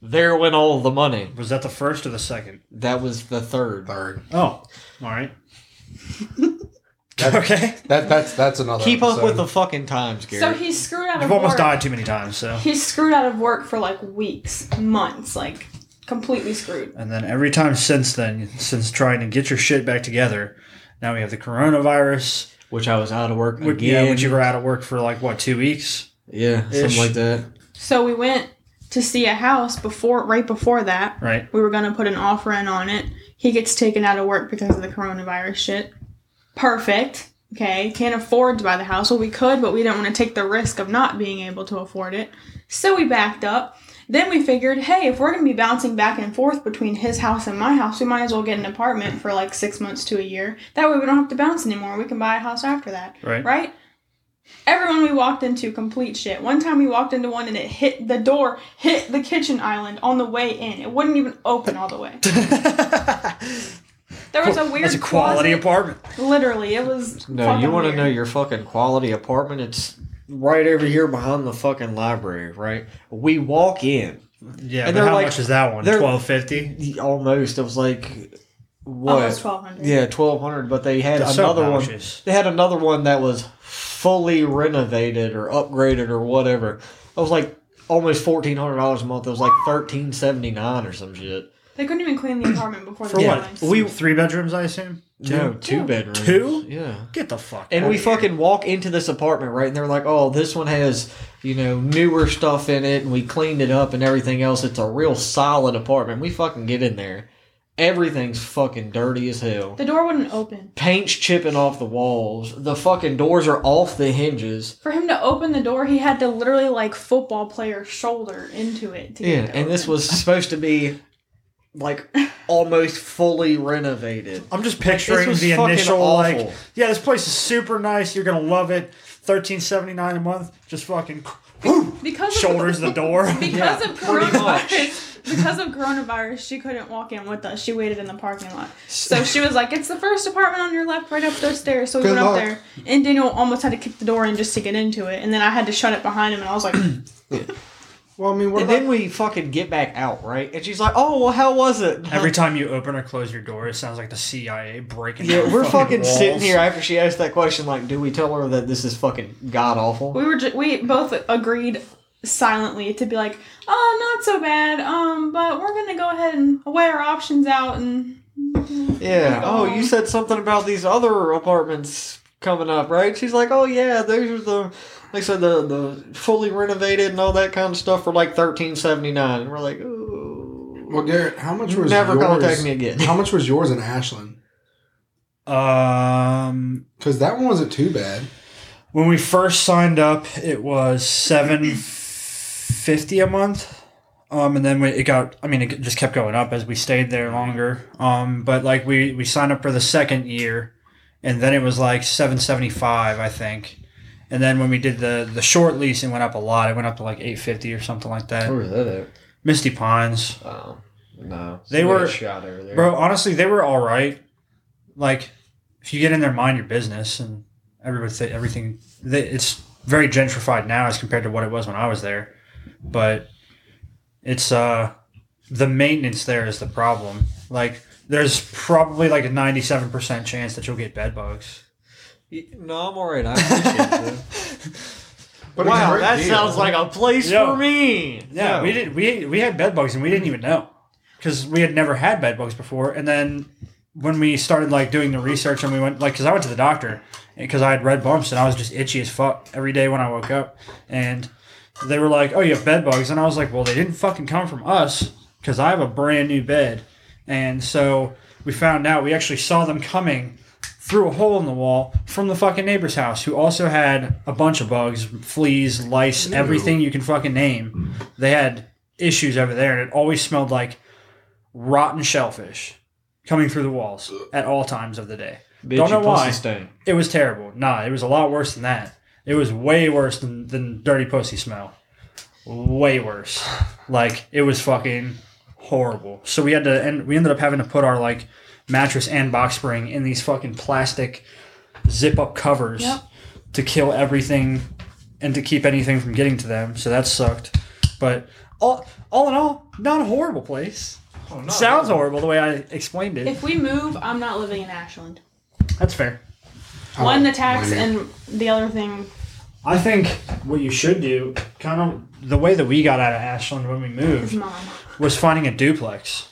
S4: There went all the money.
S2: Was that the first or the second?
S4: That was the third.
S1: Third.
S2: Oh, all right. okay.
S1: That that's that's another.
S4: Keep up with the
S1: episode.
S4: fucking times, Gary.
S3: So he screwed out of
S2: I've almost
S3: work.
S2: died too many times, so.
S3: He screwed out of work for like weeks, months, like completely screwed.
S2: And then every time since then, since trying to get your shit back together, now we have the coronavirus.
S4: which I was out of work
S2: Would,
S4: again.
S2: yeah, would you were out of work for like what two weeks?
S4: Yeah,
S2: Ish.
S4: something like that.
S3: So we went to see a house before right before that.
S2: Right.
S3: We were gonna put an offer in on it. He gets taken out of work because of the coronavirus shit. Perfect. Okay. Can't afford to buy the house. Well, we could, but we didn't want to take the risk of not being able to afford it. So we backed up. Then we figured, hey, if we're gonna be bouncing back and forth between his house and my house, we might as well get an apartment for like six months to a year. That way we don't have to bounce anymore. We can buy a house after that.
S2: Right.
S3: Right? Everyone we walked into complete shit. One time we walked into one and it hit the door, hit the kitchen island on the way in. It wouldn't even open all the way. There was a weird
S2: That's a quality
S3: closet.
S2: apartment.
S3: Literally, it was.
S4: No, you
S3: want to
S4: know your fucking quality apartment? It's right over here behind the fucking library, right? We walk in.
S2: Yeah,
S4: And
S2: but
S4: they're
S2: how
S4: like-
S2: much is that one?
S4: they're-
S2: Twelve fifty.
S4: Almost. It was like what?
S3: Almost twelve hundred.
S4: Yeah, twelve hundred. But they had another one. They had another one that was fully renovated or upgraded or whatever. It was like almost fourteen hundred dollars a month. It was like thirteen seventy nine or some shit.
S3: They couldn't even clean the apartment before
S2: For
S3: the
S2: what?
S3: deadlines.
S2: We three bedrooms, I assume. Two?
S4: No, two bedrooms.
S2: Two?
S4: Yeah.
S2: Get the fuck.
S4: And
S2: out
S4: we
S2: of here.
S4: fucking walk into this apartment, right? And they're like, "Oh, this one has you know newer stuff in it, and we cleaned it up and everything else. It's a real solid apartment." We fucking get in there, everything's fucking dirty as hell.
S3: The door wouldn't open.
S4: Paint's chipping off the walls. The fucking doors are off the hinges.
S3: For him to open the door, he had to literally like football player shoulder into it. To get
S4: Yeah,
S3: it
S4: and this
S3: open.
S4: was supposed to be like almost fully renovated.
S2: I'm just picturing
S4: was
S2: the
S4: fucking
S2: initial
S4: awful.
S2: like, yeah, this place is super nice. You're gonna love it. Thirteen seventy nine a month. Just fucking whew,
S3: because of-
S2: shoulders the door.
S3: Because
S4: Yeah,
S3: of
S4: pretty much.
S3: coronavirus, because of coronavirus, she couldn't walk in with us. She waited in the parking lot, so she was like, "It's the first apartment on your left, right up those stairs." So we
S1: Good
S3: went up
S1: luck.
S3: there, and Daniel almost had to kick the door in just to get into it, and then I had to shut it behind him, and I was like,
S1: Well, I mean, what
S4: And
S1: about
S4: then we fucking get back out, right? And she's like, "Oh, well, how was it?"
S2: Every time you open or close your door, it sounds like the CIA breaking.
S4: Yeah,
S2: down
S4: we're fucking
S2: walls.
S4: sitting here after she asked that question. Like, do we tell her that this is fucking god awful?
S3: we were ju- we both agreed silently to be like, "Oh, not so bad, um, but we're gonna go ahead and weigh our options out and."
S4: Yeah.
S3: Go
S4: Oh,
S3: home.
S4: you said something about these other apartments coming up, right? She's like, oh yeah, those are the, they said the the fully renovated and all that kind of stuff for like thirteen seventy nine. And we're like, ooh.
S1: well, Garrett? How much
S4: You
S1: was
S4: never
S1: yours?
S4: contact me again.
S1: How much was yours in Ashland?
S2: Um,
S1: Because that one wasn't too bad.
S2: when we first signed up, it was seven fifty a month. Um, and then we, it got, I mean, it just kept going up as we stayed there longer. Um, but like we, we signed up for the second year and then it was like 775, I think. And then when we did the, the short lease, it went up a lot. It went up to like 850 or something like that.
S4: is that at?
S2: Misty Pines.
S4: Oh no,
S2: They Somebody were-
S4: shot over there.
S2: Bro, honestly, they were all right. Like, if you get in there, mind your business, and everybody, th- everything. They, it's very gentrified now as compared to what it was when I was there, but it's uh, the maintenance there is the problem. Like, there's probably like a ninety-seven percent chance that you'll get bed bugs.
S4: No, I'm alright. I appreciate it.
S1: But a
S4: wow,
S1: great
S4: that
S1: deal.
S4: sounds like a place
S2: Yeah.
S4: for me.
S2: Yeah, we did. We we had bed bugs and we didn't even know because we had never had bed bugs before. And then when we started like doing the research and we went like because I went to the doctor because I had red bumps and I was just itchy as fuck every day when I woke up and they were like, "Oh, you have bed bugs," and I was like, "Well, they didn't fucking come from us because I have a brand new bed." And so we found out we actually saw them coming through a hole in the wall from the fucking neighbor's house, who also had a bunch of bugs, fleas, lice, everything you can fucking name. They had issues over there, and it always smelled like rotten shellfish coming through the walls at all times of the day. Don't know why. It was terrible. Nah, it was a lot worse than that. It was way worse than, than dirty pussy smell. Way worse. Like it was fucking horrible. So we had to end we ended up having to put our like mattress and box spring in these fucking plastic zip up covers
S3: Yep.
S2: to kill everything and to keep anything from getting to them. So that sucked. But all all in all, not a horrible place.
S4: Oh,
S2: Sounds horrible the way I explained it.
S3: If we move, I'm not living in Ashland.
S2: That's fair.
S1: Oh,
S3: One the tax
S1: my
S3: and the other thing.
S2: I think what you should do, kind of the way that we got out of Ashland when we
S3: His
S2: moved,
S3: mom.
S2: was finding a duplex.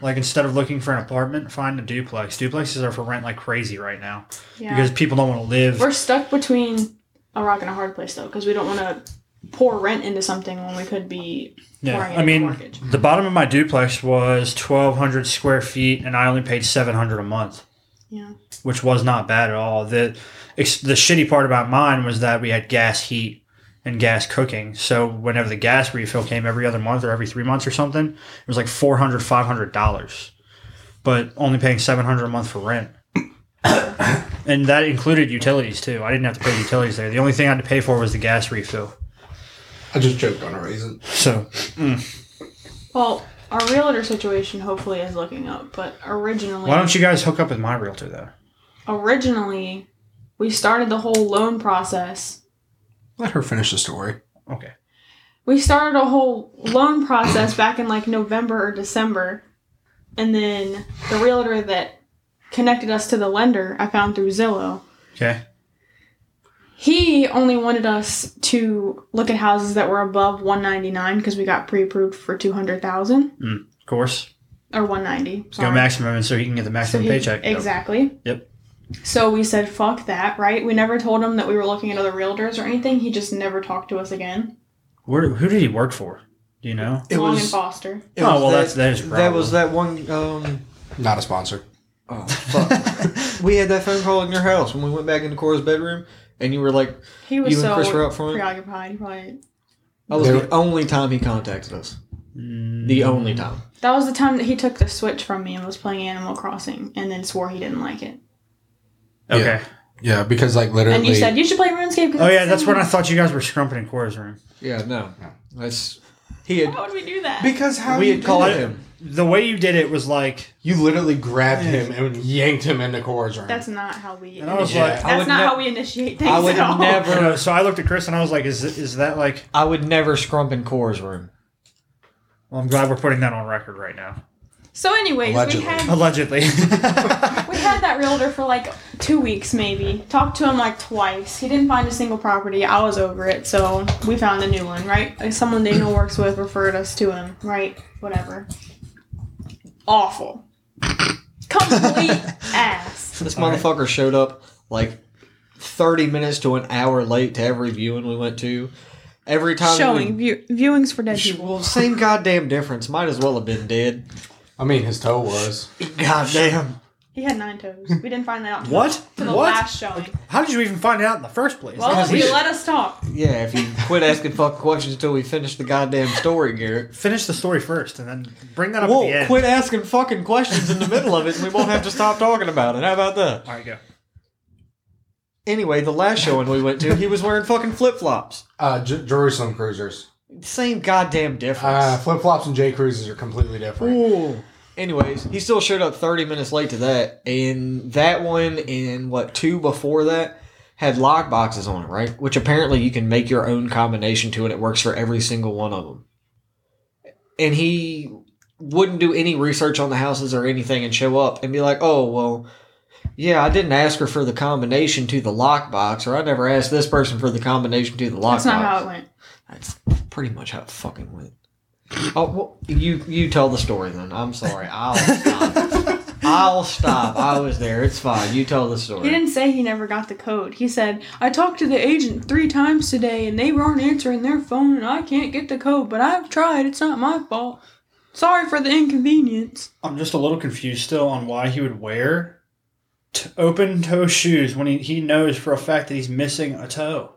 S2: Like instead of looking for an apartment, find a duplex. Duplexes are for rent like crazy right now
S3: Yeah.
S2: because people don't want to live.
S3: We're stuck between a rock and a hard place though, because we don't want to pour rent into something when we could be.
S2: yeah,
S3: pouring
S2: I
S3: into
S2: mean,
S3: mortgage.
S2: the bottom of my duplex was twelve hundred square feet, and I only paid seven hundred a month,
S3: Yeah.
S2: which was not bad at all. the ex- The shitty part about mine was that we had gas heat and gas cooking. So whenever the gas refill came every other month or every three months or something, it was like 400 500 dollars, but only paying seven hundred a month for rent. and that included utilities too. I didn't have to pay utilities there. The only thing I had to pay for was the gas refill.
S1: I just choked on a raisin.
S2: So
S3: Well, our realtor situation hopefully is looking up, but originally,
S2: why don't you guys hook up with my realtor though?
S3: originally, we started the whole loan process
S1: Let her finish the story.
S2: Okay.
S3: we started a whole loan process back in like November or December. And then the realtor that connected us to the lender I found through Zillow.
S2: Okay.
S3: He only wanted us to look at houses that were above 199 because we got pre-approved for 200,000
S2: Of course.
S3: or 190.
S2: Go
S3: Sorry.
S2: maximum and so he can get the
S3: So
S2: maximum
S3: he-
S2: paycheck. Yep.
S3: Exactly.
S2: Yep.
S3: So we said, fuck that, right? We never told him that we were looking at other realtors or anything. He just never talked to us again.
S2: Where, who did he work for? Do you know?
S4: It
S3: Long
S4: was-
S3: and Foster.
S4: It
S2: Oh,
S4: was
S2: well, that's- that is a
S4: that was
S2: problem.
S4: that one. Um,
S1: Not a sponsor.
S4: oh fuck! we had that phone call in your house when we went back into Cora's bedroom, and you were like,
S3: He was
S4: You and
S3: so
S4: Chris were up front?
S3: preoccupied. He probably
S4: "That was
S1: They
S4: the only time he contacted us.
S2: Mm.
S4: The only time."
S3: That was the time that he took the Switch from me and was playing Animal Crossing and then swore he didn't like it.
S2: Okay.
S1: Yeah. Yeah, because like literally,
S3: And you said, you should play RuneScape. 'cause
S2: Oh
S3: it's
S2: yeah,
S3: the
S2: that's
S3: same
S2: when I thought you guys were scrumping in Cora's room.
S4: Yeah, no,
S1: No.
S4: that's he had.
S3: Why would we do that?
S1: because how
S4: we
S1: you
S4: had
S1: do
S4: called
S1: that?
S4: him.
S2: The way you did it was like,
S1: You literally grabbed him and yanked him into Cora's room.
S3: that's not how we.
S2: and I was
S1: Yeah.
S2: like,
S4: I
S3: that's
S4: would
S3: not
S4: ne-
S3: how we initiate things
S4: I would
S3: at all.
S4: never-
S2: you know, so I looked at Chris and I was like, is is that like?
S4: I would never scrump in Cora's room.
S2: Well, I'm glad we're putting that on record right now.
S3: So, anyways,
S1: Allegedly.
S3: we had
S2: Allegedly.
S3: we had that realtor for like two weeks, maybe. Talked to him like twice. He didn't find a single property. I was over it, so we found a new one. Right, Like, someone Daniel works with referred us to him. Right, whatever. Awful. Complete ass.
S4: This
S2: All right.
S4: motherfucker showed up like 30 minutes to an hour late to every viewing we went to. Every time.
S3: showing view- viewings for dead
S4: We,
S3: people.
S4: well, same goddamn difference. Might as well have been dead.
S1: I mean, his toe was.
S4: Goddamn.
S3: He had nine toes. We didn't find that out. till-
S2: what?
S3: To the
S2: what?
S3: last showing.
S2: How did you even find it out in the first place?
S3: Well,
S2: That
S3: if
S2: was
S3: you
S2: weird.
S3: let us talk.
S4: Yeah, if you quit asking fucking questions until we finish the goddamn story, Garrett.
S2: finish the story first and then bring that up at the
S4: Whoa,
S2: end.
S4: quit asking fucking questions in the middle of it and we won't have to stop talking about it. How about that?
S2: All right, go.
S4: Anyway, the last showing we went to, he was wearing fucking flip flops.
S1: Uh, J- Jerusalem cruisers.
S4: Same goddamn difference.
S2: Ah,
S1: Uh, Flip flops and J cruisers are completely different.
S4: Ooh. Anyways, he still showed up 30 minutes late to that, and that one and what two before that had lock boxes on it, right? Which apparently you can make your own combination to, and it works for every single one of them. And he wouldn't do any research on the houses or anything, and show up and be like, "Oh well." Yeah, I didn't ask her for the combination to the lockbox, or I never asked this person for the combination to the
S3: That's
S4: lockbox.
S3: not how it went.
S4: That's pretty much how it fucking went. Oh, well, you you tell the story then. I'm sorry. I'll stop. I'll stop. I was there. It's fine. You tell the
S3: He
S4: story.
S3: didn't say he never got the code. He said, I talked to the agent three times today and they aren't answering their phone and I can't get the code, but I've tried. It's not my fault. Sorry for the inconvenience.
S2: I'm just a little confused still on why he would wear t- open toe shoes when he, he knows for a fact that he's missing a toe.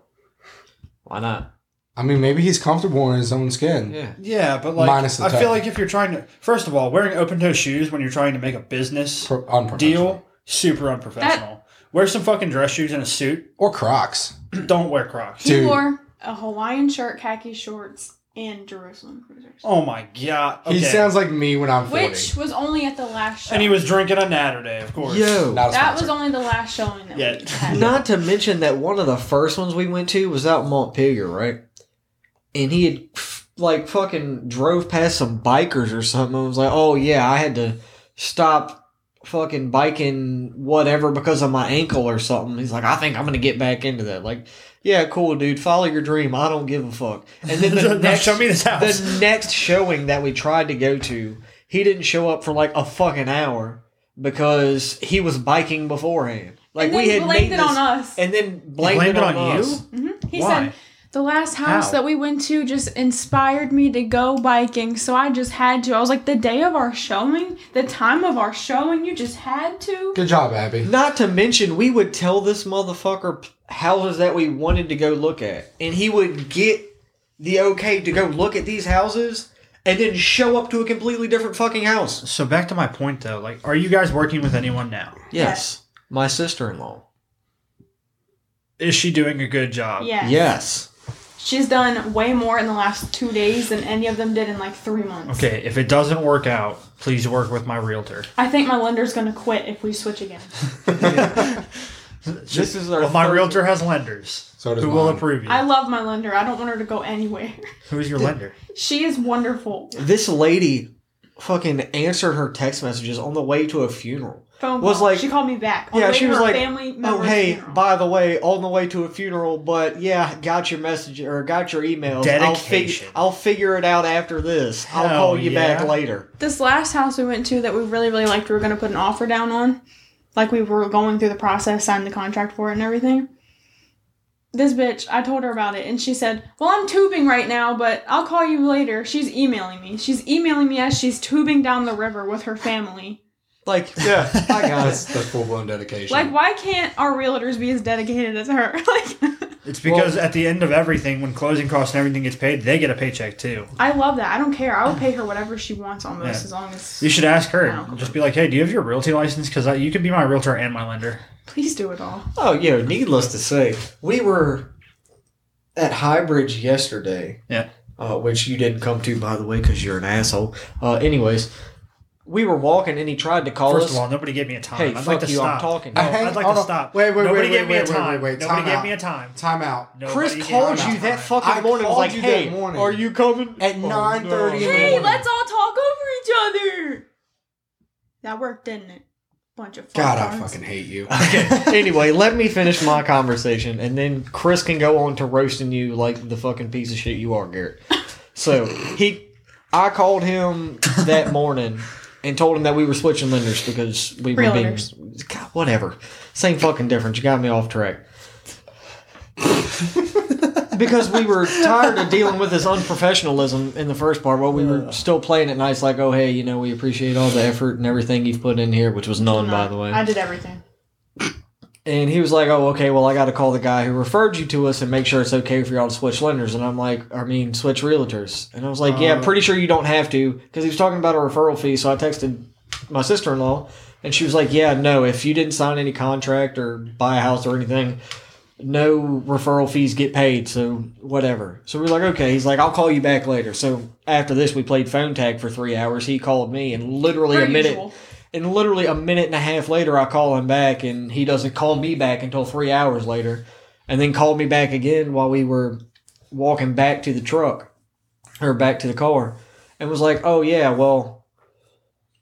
S4: Why not?
S1: I mean, maybe he's comfortable in his own skin.
S4: Yeah.
S2: Yeah, but like
S1: Minus the
S2: I
S1: toe.
S2: feel like if you're trying to first of all, wearing open toe shoes when you're trying to make a business
S1: Pro- unprofessional.
S2: deal, super unprofessional. Wear some fucking dress shoes and a suit.
S1: Or Crocs.
S2: Don't wear Crocs.
S1: Dude.
S3: He wore a Hawaiian shirt, khaki shorts, and Jerusalem cruisers.
S2: Oh my god. Okay.
S1: He sounds like me when I'm 40.
S3: Which was only at the last show.
S2: and he was drinking a natter day, of course.
S4: Yo.
S1: Not a
S3: that
S1: sponsor.
S3: was only the last showing that
S2: Yeah.
S3: we had.
S4: Not to mention that one of the first ones we went to was out in Montpelier, right? And he had like fucking drove past some bikers or something. and was like, oh yeah, I had to stop fucking biking whatever because of my ankle or something. He's like, I think I'm gonna get back into that. Like, yeah, cool, dude. Follow your dream. I don't give a fuck. And then the
S2: Now
S4: next
S2: show me this house.
S4: the next showing that we tried to go to, he didn't show up for like a fucking hour because he was biking beforehand. Like
S3: And then
S4: we had
S3: blamed
S4: made
S3: it on
S4: this-
S3: us.
S4: and then blamed,
S2: Blamed
S4: it on, us.
S2: you?
S3: Mhm. He
S2: Why?
S3: said, The last house
S2: How?
S3: that we went to just inspired me to go biking, so I just had to. I was like, the day of our showing, the time of our showing, you just had to.
S1: Good job, Abby.
S4: Not to mention, we would tell this motherfucker p- houses that we wanted to go look at, and he would get the okay to go look at these houses, and then show up to a completely different fucking house.
S2: So back to my point though, like are you guys working with anyone now?
S4: Yes, my sister-in-law.
S2: Is she doing a good job?
S3: Yeah.
S4: Yes,
S3: She's done way more in the last two days than any of them did in like three months.
S2: Okay, if it doesn't work out, please work with my realtor.
S3: I think my lender's gonna quit if we switch again.
S4: This is our
S2: well, my
S4: third-
S2: realtor has lenders.
S1: So does
S2: who will
S1: mine.
S2: approve you?
S3: I love my lender. I don't want her to go anywhere.
S2: who is your lender?
S3: She is wonderful.
S4: This lady fucking answered her text messages on the way to a funeral.
S3: Phone
S4: Was
S3: call.
S4: like-
S3: she called me back. on the
S4: Yeah,
S3: way
S4: she
S3: to
S4: was
S3: her
S4: like,
S3: family
S4: "Oh,
S3: member's
S4: hey,
S3: funeral."
S4: by the way, on the way to a funeral, but yeah, got your message or got your email. I'll, fig-
S2: Dedication.
S4: I'll figure it out after this. I'll
S2: Hell
S4: call you back
S2: yeah.
S4: later.
S3: This last house we went to that we really, really liked, we were going to put an offer down on. Like, we were going through the process, signed the contract for it and everything. This bitch, I told her about it, and she said, Well, I'm tubing right now, but I'll call you later. She's emailing me. She's emailing me as she's tubing down the river with her family.
S4: Like, yeah, I got
S1: That's
S4: it.
S1: that's full blown dedication.
S3: Like, why can't our realtors be as dedicated as her? Like,
S2: It's because at the end of everything, when closing costs and everything gets paid, they get a paycheck too.
S3: I love that. I don't care. I would pay her whatever she wants almost as long as.
S2: You should ask her.
S3: Wow.
S4: Oh.
S2: Just be like, hey, do you have your realty license? Because you could be my realtor and my lender.
S3: Please do it all.
S4: Oh, yeah, needless to say, we were at Highbridge yesterday.
S2: Yeah.
S4: Uh, which you didn't come to, by the way, because you're an asshole. Uh, anyways, we were walking and he tried to call
S2: First
S4: us.
S2: of all, nobody gave me a time.
S4: Hey,
S2: I'd
S4: fuck
S2: like to
S4: you, I'm
S2: stop.
S4: talking.
S2: No,
S4: I
S1: hang-
S2: I'd like
S1: hold
S2: to
S1: on.
S2: stop.
S1: Wait, wait,
S2: Nobody
S1: wait,
S2: gave me
S1: wait,
S2: a
S1: wait, wait,
S2: time.
S1: wait.
S2: Nobody
S1: Time
S2: gave
S1: out.
S2: me a time.
S1: Time out.
S2: Nobody
S4: Chris
S2: gave me a
S4: called
S2: time.
S4: you that fucking
S1: I
S4: morning. Was
S1: called
S4: like,
S1: you
S4: hey,
S1: that morning.
S4: are you coming
S1: At 9:30 in the
S3: Hey,
S1: morning.
S3: let's all talk over each other. That worked, didn't it? Bunch of
S1: God, I
S3: fucktards.
S1: fucking hate you.
S4: Okay. anyway, let me finish my conversation, and then Chris can go on to roasting you like the fucking piece of shit you are, Garrett. So he, I called him that morning and told him that we were switching lenders because we were
S3: Realtors.
S4: being God, whatever, same fucking difference. You got me off track. because we were tired of dealing with his unprofessionalism in the first part, but we were still playing it nice, like, oh hey, you know, we appreciate all the effort and everything you've put in here, which was none,
S3: No,
S4: by the way.
S3: I did everything.
S4: And he was like, "Oh, okay. Well, I got to call the guy who referred you to us and make sure it's okay for y'all to switch lenders." And I'm like, "I mean, switch realtors." And I was like, "Yeah,
S2: Uh.
S4: pretty sure you don't have to," because he was talking about a referral fee. So I texted my sister-in-law, and she was like, "Yeah, no. If you didn't sign any contract or buy a house or anything, no referral fees get paid. So whatever." So we were like, "Okay." He's like, "I'll call you back later." So after this, we played phone tag for three hours. He called me, and literally
S3: Per
S4: a minute.
S3: usual.
S4: And literally a minute and a half later, I call him back, and he doesn't call me back until three hours later, and then called me back again while we were walking back to the truck or back to the car, and was like, "Oh yeah, well,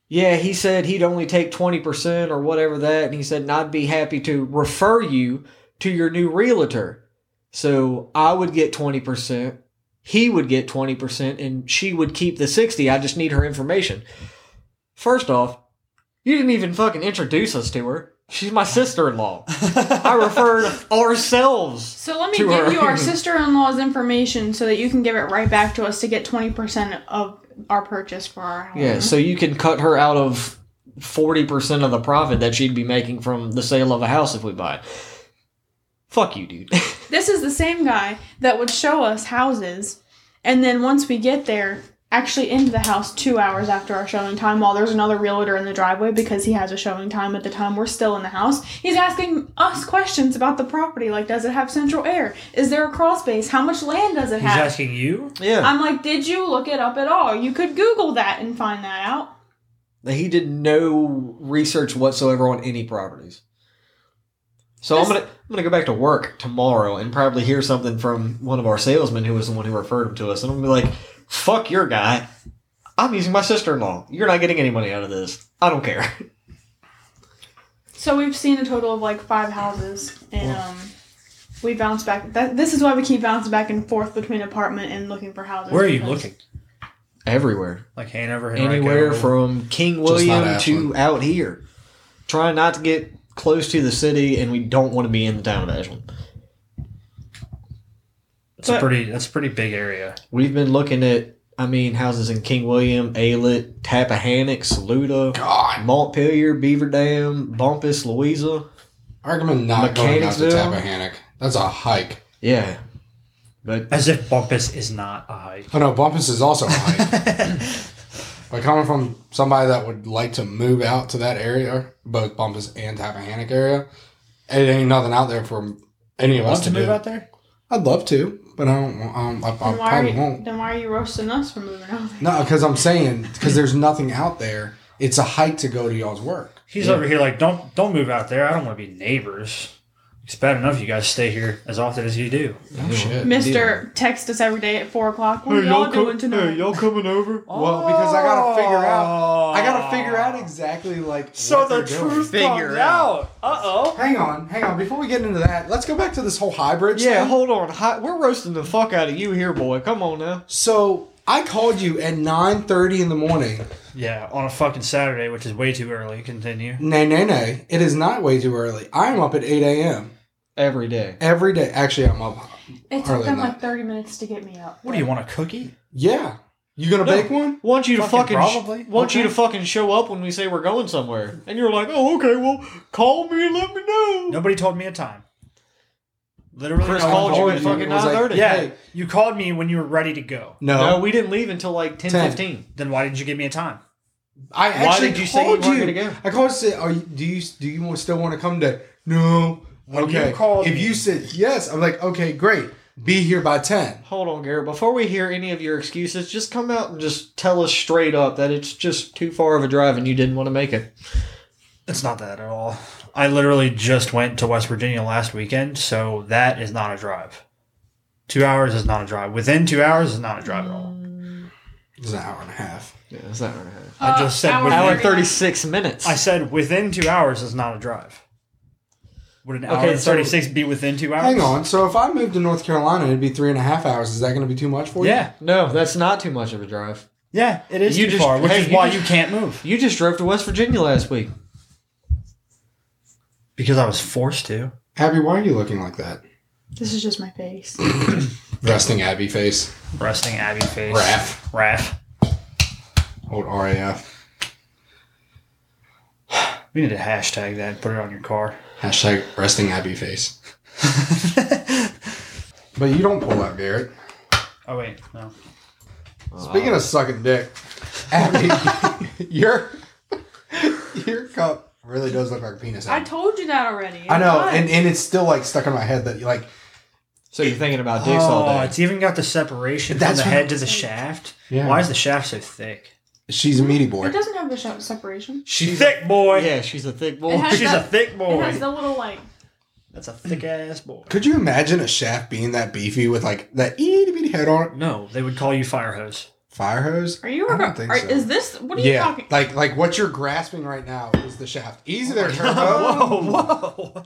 S4: yeah." He said he'd only take twenty percent or whatever that, and he said, "And I'd be happy to refer you to your new realtor." So I would get twenty percent, he would get twenty percent, and she would keep the sixty. I just need her information. First off, you didn't even fucking introduce us to her. She's my sister in law. I referred ourselves.
S3: So let me
S4: To
S3: give
S4: her.
S3: you our sister-in-law's information so that you can give it right back to us to get twenty percent of our purchase for our home.
S4: Yeah, so you can cut her out of 40% of the profit that she'd be making from the sale of a house if we buy it. Fuck you, dude.
S3: This is the same guy that would show us houses, and then once we get there, actually into the house two hours after our showing time, while there's another realtor in the driveway because he has a showing time at the time we're still in the house, he's asking us questions about the property like, does it have central air? Is there a crawl space? How much land does it
S2: He's
S3: have?
S2: asking you.
S4: yeah.
S3: I'm like, did you look it up at all? You could Google that and find that out.
S4: He did no research whatsoever on any properties. So I'm
S3: This-
S4: gonna I'm gonna go back to work tomorrow and probably hear something from one of our salesmen who was the one who referred him to us, and I'm gonna be like, "Fuck your guy! I'm using my sister in law. You're not getting any money out of this. I don't care."
S3: So we've seen a total of like five houses, and um, we bounce back. That, this is why we keep bouncing back and forth between apartment and looking for houses.
S2: Where are you
S3: because-
S2: looking?
S4: Everywhere,
S2: Like Hanover, Henrico,
S4: anywhere from King William
S1: Just not
S4: to
S1: Ashland.
S4: out here. Trying not to get close to the city, and we don't want to be in the town of Ashland.
S2: That's a pretty. That's a pretty big area.
S4: We've been looking at, I mean, houses in King William, Aylet, Tappahannock, Saluda,
S1: God,
S4: Montpelier, Beaver Dam, Bumpus, Louisa.
S1: I recommend not going out to
S4: Mechanicsville.
S1: Tappahannock. That's a hike.
S4: Yeah. But
S2: As if Bumpus is not a hike.
S1: Oh no, Bumpus is also a hike. but coming from somebody that would like to move out to that area, both Bumpus and Tappahannock area, it ain't nothing out there for any of us
S2: Want
S1: to,
S2: to move
S1: do.
S2: out there?
S1: I'd love to, but I don't. Um, I, I
S3: Then why, are
S1: probably
S3: you,
S1: won't.
S3: then why are you roasting us for moving over?
S1: No, because I'm saying because there's nothing out there. It's a hike to go to y'all's work.
S2: He's over here like, don't don't move out there. I don't want to be neighbors. It's bad enough you guys stay here as often as you do.
S1: Oh, shit.
S3: Mister texts us every day at four o'clock. What are y'all, doing tonight?
S4: y'all coming over?
S1: Well, because I gotta figure out. I gotta
S2: Oh.
S1: figure out exactly like.
S2: So
S1: what
S2: the
S1: they're doing.
S2: truth
S4: Figure
S2: comes out.
S4: out.
S2: Uh oh.
S1: Hang on, hang on. Before we get into that, let's go back to this whole hybrid.
S4: Yeah,
S1: thing.
S4: hold on. Hi, we're roasting the fuck out of you here, boy. Come on now.
S1: So I called you at nine thirty in the morning.
S2: Yeah, on a fucking Saturday, which is way too early. Continue.
S1: Nay, nay, nay. It is not way too early. I am up at eight a.m.
S4: Every day.
S1: every day. Actually, I'm up.
S3: It took
S1: Harley
S3: them
S1: and I.
S3: like thirty minutes to get me up.
S2: What do you want a cookie?
S1: Yeah, you gonna
S4: No.
S1: bake one?
S4: Want you to
S2: Fucking
S4: fucking,
S2: probably.
S4: sh- want you
S2: Okay.
S4: to fucking show up when we say we're going somewhere, and you're like, oh okay, well call me and let me know.
S2: Nobody told me a time. Literally,
S4: Chris
S2: no one
S4: called you at
S2: me.
S4: fucking
S1: It was like-
S4: 9:30.
S2: Yeah,
S1: Hey.
S2: you called me when you were ready to go.
S1: No,
S4: No, we didn't leave until like 10,
S1: Ten.
S4: 15.
S2: Then why didn't you give me a time?
S1: I actually
S4: did you say you
S1: called
S4: weren't gonna go?
S1: I called to say, "Are you? Do you? Do you want- still want to come today?" No.
S2: When you
S1: okay.
S2: called
S1: if
S2: me-
S1: you said yes, I'm like, okay, great. Be here by ten.
S4: Hold on, Garrett. Before we hear any of your excuses, just come out and just tell us straight up that it's just too far of a drive and you didn't want to make it.
S2: It's not that at all. I literally just went to West Virginia last weekend, so that is not a drive. Two hours is not a drive. Within two hours is not a drive at all.
S1: It was an hour and a half.
S4: Yeah, it's not right.
S2: I just said
S3: Uh, hour
S2: within-
S4: Hour
S3: thirty.
S4: and 36 minutes.
S2: I said within two hours is not a drive. Would an hour
S4: Okay,
S2: and
S4: so-
S2: 36 be within two hours?
S1: Hang on. So if I moved to North Carolina, itid be three and a half hours. Is that going to be too much for you?
S2: Yeah,
S4: no, that's not too much of a drive.
S2: yeah, it is
S4: You
S2: too
S4: just-
S2: far, which
S4: hey,
S2: is
S4: you
S2: why
S4: just-
S2: you can't move.
S4: You just drove to West Virginia last week.
S2: Because I was forced to.
S1: Abby, why are you looking like that?
S3: This is just my face.
S1: Resting Abby face.
S2: Resting Abby face.
S1: Raph.
S2: Raph.
S1: Old RAF.
S2: We need to hashtag that and put it on your car.
S1: Hashtag resting Abby face. But you don't pull up, Garrett.
S2: oh, wait, no.
S1: Speaking of sucking dick, Abby, your your cup really does look like a penis.
S3: I
S1: Abby.
S3: told you that already.
S1: I know,
S3: Why?
S1: and, and it's still like stuck in my head that like
S4: So you're thinking about dicks
S2: Oh,
S4: all day.
S2: it's even got the separation
S1: That's
S2: from
S1: what
S2: the
S1: I
S2: head to
S1: was
S2: the
S3: like-
S2: shaft.
S1: Yeah.
S2: Why is the shaft so thick?
S1: she's a meaty boy.
S3: it doesn't have the sh- separation.
S2: She's thick boy.
S4: Yeah, she's a thick boy.
S3: It has
S2: She's a
S3: that-
S2: thick
S4: Oh,
S3: It
S2: boy.
S3: has the little like.
S2: That's a thick ass boy.
S1: Could you imagine a shaft being that beefy with like that itty bitty head on it?
S2: No, they would call you fire hose.
S1: Fire hose?
S3: Are you?
S1: I don't think
S3: are-
S1: so.
S3: Is this? What are you
S1: yeah,
S3: talking?
S1: like like what you're grasping right now is the shaft. Easy there, Turbo.
S2: whoa!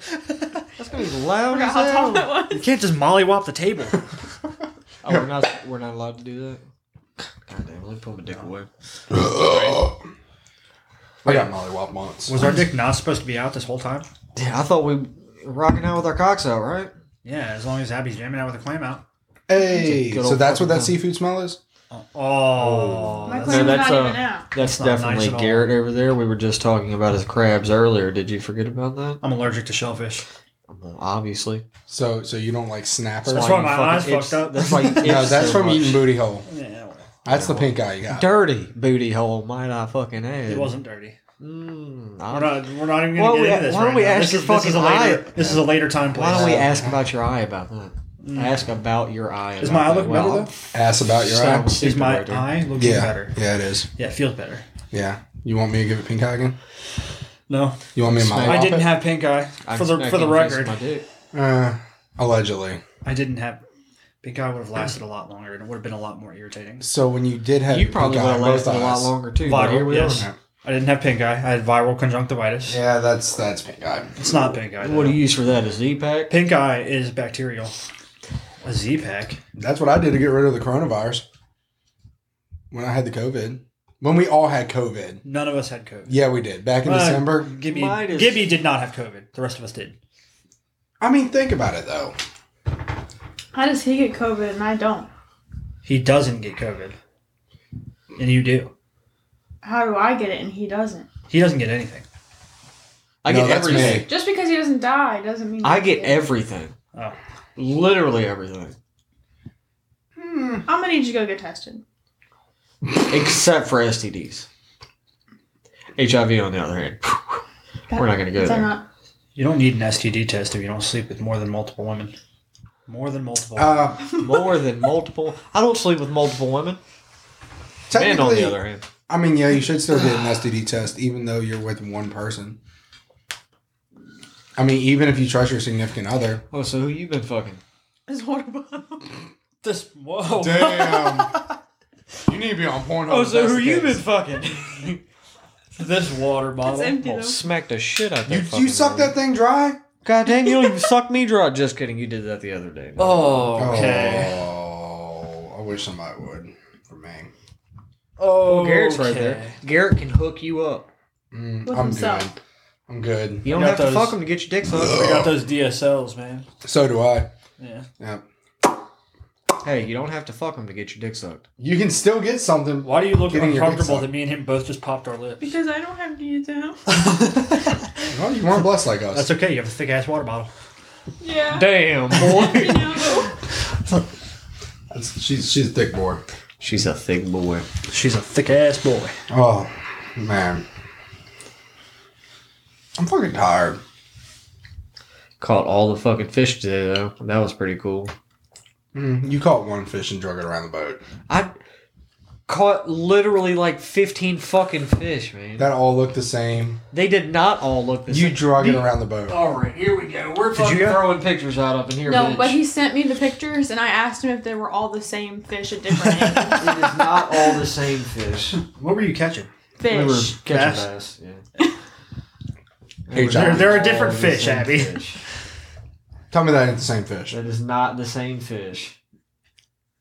S4: That's gonna be loud
S3: Forgot
S4: as
S3: how tall
S4: hell.
S3: that
S2: you
S3: was.
S2: can't just mollywop the table.
S4: Oh, we're not we're not allowed to do that. God damn, let me pull my dick away.
S1: I got Molly Wop once.
S2: Was our dick not supposed to be out this whole time?
S4: Yeah, I thought we were rocking out with our cocks out, right?
S2: Yeah, as long as Abby's jamming out with a clam out.
S1: Hey,
S4: It's a good
S1: so
S4: old
S1: that's what that
S4: fucking
S1: seafood smell is.
S2: Oh,
S3: My
S2: that's-
S3: clam's
S4: that's,
S3: not
S4: uh,
S3: even out.
S4: That's
S2: That's not nice
S4: definitely
S2: at all.
S4: Garrett over there. We were just talking about his crabs earlier. Did you forget about that?
S2: I'm allergic to shellfish.
S4: Well, obviously.
S1: So so you don't like snapper?
S2: That's
S1: No,
S2: why
S4: you
S2: my
S4: fucking
S2: eyes
S4: itch-
S2: fucked up.
S4: That's why you itch
S1: that's
S4: so
S1: from
S4: much.
S1: eating booty hole.
S2: Yeah, well,
S1: That's the pink eye you got.
S4: Dirty booty hole, might I fucking add.
S2: it wasn't dirty.
S4: Mm,
S2: We're
S4: I-
S2: not. We're not even gonna
S4: Why don't
S2: get
S4: we-
S2: into this.
S4: why don't
S2: right
S4: we
S2: now.
S4: ask
S2: this
S4: your
S2: is, this is a
S4: fucking
S2: later.
S4: eye?
S2: This is a later time place.
S4: why don't we ask about your eye about that? Ask about your eye.
S2: Mm. Is
S4: about
S2: my eye
S4: that.
S2: looking
S4: Well,
S2: better
S4: I'm
S2: though?
S1: Ass about your eye.
S4: sound
S2: Is
S4: stupid
S2: my
S4: right there.
S2: eye looking
S1: Yeah,
S2: better?
S1: yeah, it is.
S2: Yeah, it feels better.
S1: Yeah. You want me to give it pink eye again?
S2: No,
S1: You want me to
S4: Smack.
S1: Molly
S2: I
S1: Wop
S2: didn't
S1: it?
S2: have pink eye.
S4: I'm
S2: For the for the
S4: smacking face with
S2: record,
S4: my dick.
S1: Uh, allegedly.
S2: I didn't have pink eye. Would have lasted a lot longer, and it would have been a lot more irritating.
S1: So when you did have
S4: You probably
S1: pink
S4: would
S1: eye
S4: have
S1: in both
S4: lasted a lot
S1: eyes-
S4: longer too. but here
S2: Viral,
S4: we
S2: yes.
S1: are.
S2: I didn't have pink eye. I had viral conjunctivitis.
S1: Yeah, that's that's pink eye.
S2: It's not pink eye.
S4: are. What do
S2: though.
S4: you use for that? A Z pack?
S2: Pink eye is bacterial. A Z pack.
S1: That's what I did to get rid of the coronavirus. When I had the COVID. When we all had COVID.
S2: None of us had COVID.
S1: Yeah, we did. Back in
S2: Well,
S1: December.
S2: Gibby,
S4: Mine is-
S2: Gibby did not have COVID. The rest of us did.
S1: I mean, think about it though.
S3: How does he get COVID and I don't?
S2: He doesn't get COVID, and you do.
S3: How do I get it and he doesn't?
S2: He doesn't get anything.
S4: I
S1: No,
S4: get
S1: that's me.
S4: everything.
S3: Just because he doesn't die doesn't mean
S4: I
S3: he
S4: get everything.
S2: Oh.
S4: Literally everything.
S3: Hmm. I'm gonna need you to go get tested.
S4: Except for STDs. HIV, on the other hand, we're not going to go
S3: Is that
S4: there.
S3: not?
S2: You don't need an STD test if you don't sleep with more than multiple women. More than multiple.
S1: Uh,
S4: More than multiple. I don't sleep with multiple women. Men, on
S1: technically,
S4: the other hand.
S1: I mean, yeah, you should still get an STD test even though you're with one person. I mean, even if you trust your significant other.
S4: Oh, so who you been fucking?
S3: It's horrible.
S2: This whoa.
S1: Damn. you need to be on Pornhub.
S4: Oh,
S1: if
S4: so
S1: that's
S4: who
S1: the
S4: you
S1: case.
S4: been fucking?
S2: This water bottle.
S3: It's empty
S4: Well,
S3: though.
S4: smack the shit out
S1: You,
S4: that
S1: you
S4: fucking
S1: suck
S4: thing.
S1: that thing dry?
S4: God dang, you don't even suck me dry. Just kidding. You did that the other day.
S2: Oh, okay.
S1: Oh, I wish somebody would for me.
S2: Oh,
S4: Garrett's right there. Garrett can hook you up.
S1: Mm,
S3: With
S1: I'm
S3: himself.
S1: good. I'm good.
S4: You don't
S2: got
S4: have
S2: those-
S4: to fuck him to get your dick
S2: I
S4: sucked.
S2: got those DSLs, man.
S1: So do I.
S2: Yeah.
S1: Yeah.
S4: hey, you don't have to fuck him to get your dick sucked.
S1: You can still get something.
S2: Why do you look
S1: Getting your dick
S2: uncomfortable
S1: sucked.
S2: that me and him both just popped our lips?
S3: Because I don't have DSL.
S1: Well, you weren't blessed like us.
S2: That's okay. You have a thick ass water bottle.
S3: Yeah.
S4: Damn,
S3: You
S4: boy.
S3: know,
S1: That's- she's she's a thick boy.
S4: She's a thick boy.
S2: She's a thick ass boy.
S1: Oh man, I'm fucking tired.
S4: Caught all the fucking fish today, though. That was pretty cool.
S1: Mm, You caught one fish and drug it around the boat.
S4: I caught literally like 15 fucking fish, man.
S1: That all looked the same.
S4: They did not all look the
S1: You
S4: same.
S1: drug it around the
S2: Oh.
S1: boat.
S4: All right, here we go. We're
S2: fucking
S4: throwing pictures out up in here,
S3: No, but he sent me the pictures, and I asked him if they were all the same fish at different angles.
S4: it is not all the same fish.
S2: What were you catching?
S4: We were
S3: Fish.
S4: catching
S2: Bass.
S4: bass. Yeah.
S1: Hey,
S4: They were
S1: John.
S2: They're-
S4: not
S2: they're a
S4: all
S2: different
S4: the
S2: fish,
S4: same
S2: Abby.
S4: fish.
S1: Tell me that ain't the same fish.
S4: That is not the same fish.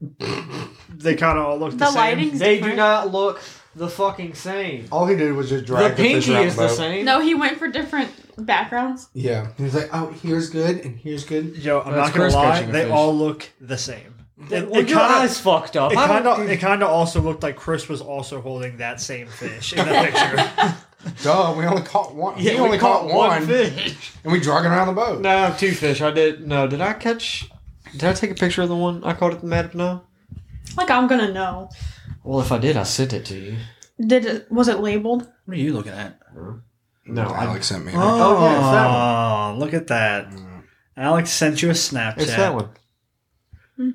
S2: They kind of all looked the,
S3: The
S2: same.
S3: lighting's
S4: They do
S3: different.
S4: not look the fucking same.
S1: All he did was just
S4: The
S1: drag the, fish
S4: pinky
S1: around
S4: is
S1: the
S4: the
S1: boat.
S4: same.
S3: No, he went for different backgrounds.
S1: Yeah, he was like, "Oh, here's good and here's good."
S2: Yo, I'm
S4: That's
S2: not gonna
S4: Chris
S2: lie.
S4: catching a
S2: They
S4: fish.
S2: all look the same.
S4: Well,
S2: it
S4: your
S2: kinda-
S4: eyes fucked up.
S2: It
S4: I don't
S2: kind of
S4: think-
S2: it kind of also looked like Chris was also holding that same fish in that picture.
S1: Duh, we only caught one.
S4: Yeah,
S1: he only caught, one,
S4: fish.
S1: and we drug it around the boat.
S4: No, two fish. I did. No, did I catch? Did I take a picture of the one I caught at the Matabno?
S3: Like I'm gonna know.
S4: Well, if I did, I sent it to you.
S3: Did it? Was it labeled?
S2: what are you looking at?
S4: No, I,
S1: Alex sent me.
S2: Oh,
S4: Oh, yeah, it's that
S2: look at that. Alex sent you a Snapchat.
S4: it's that one.
S3: Hmm.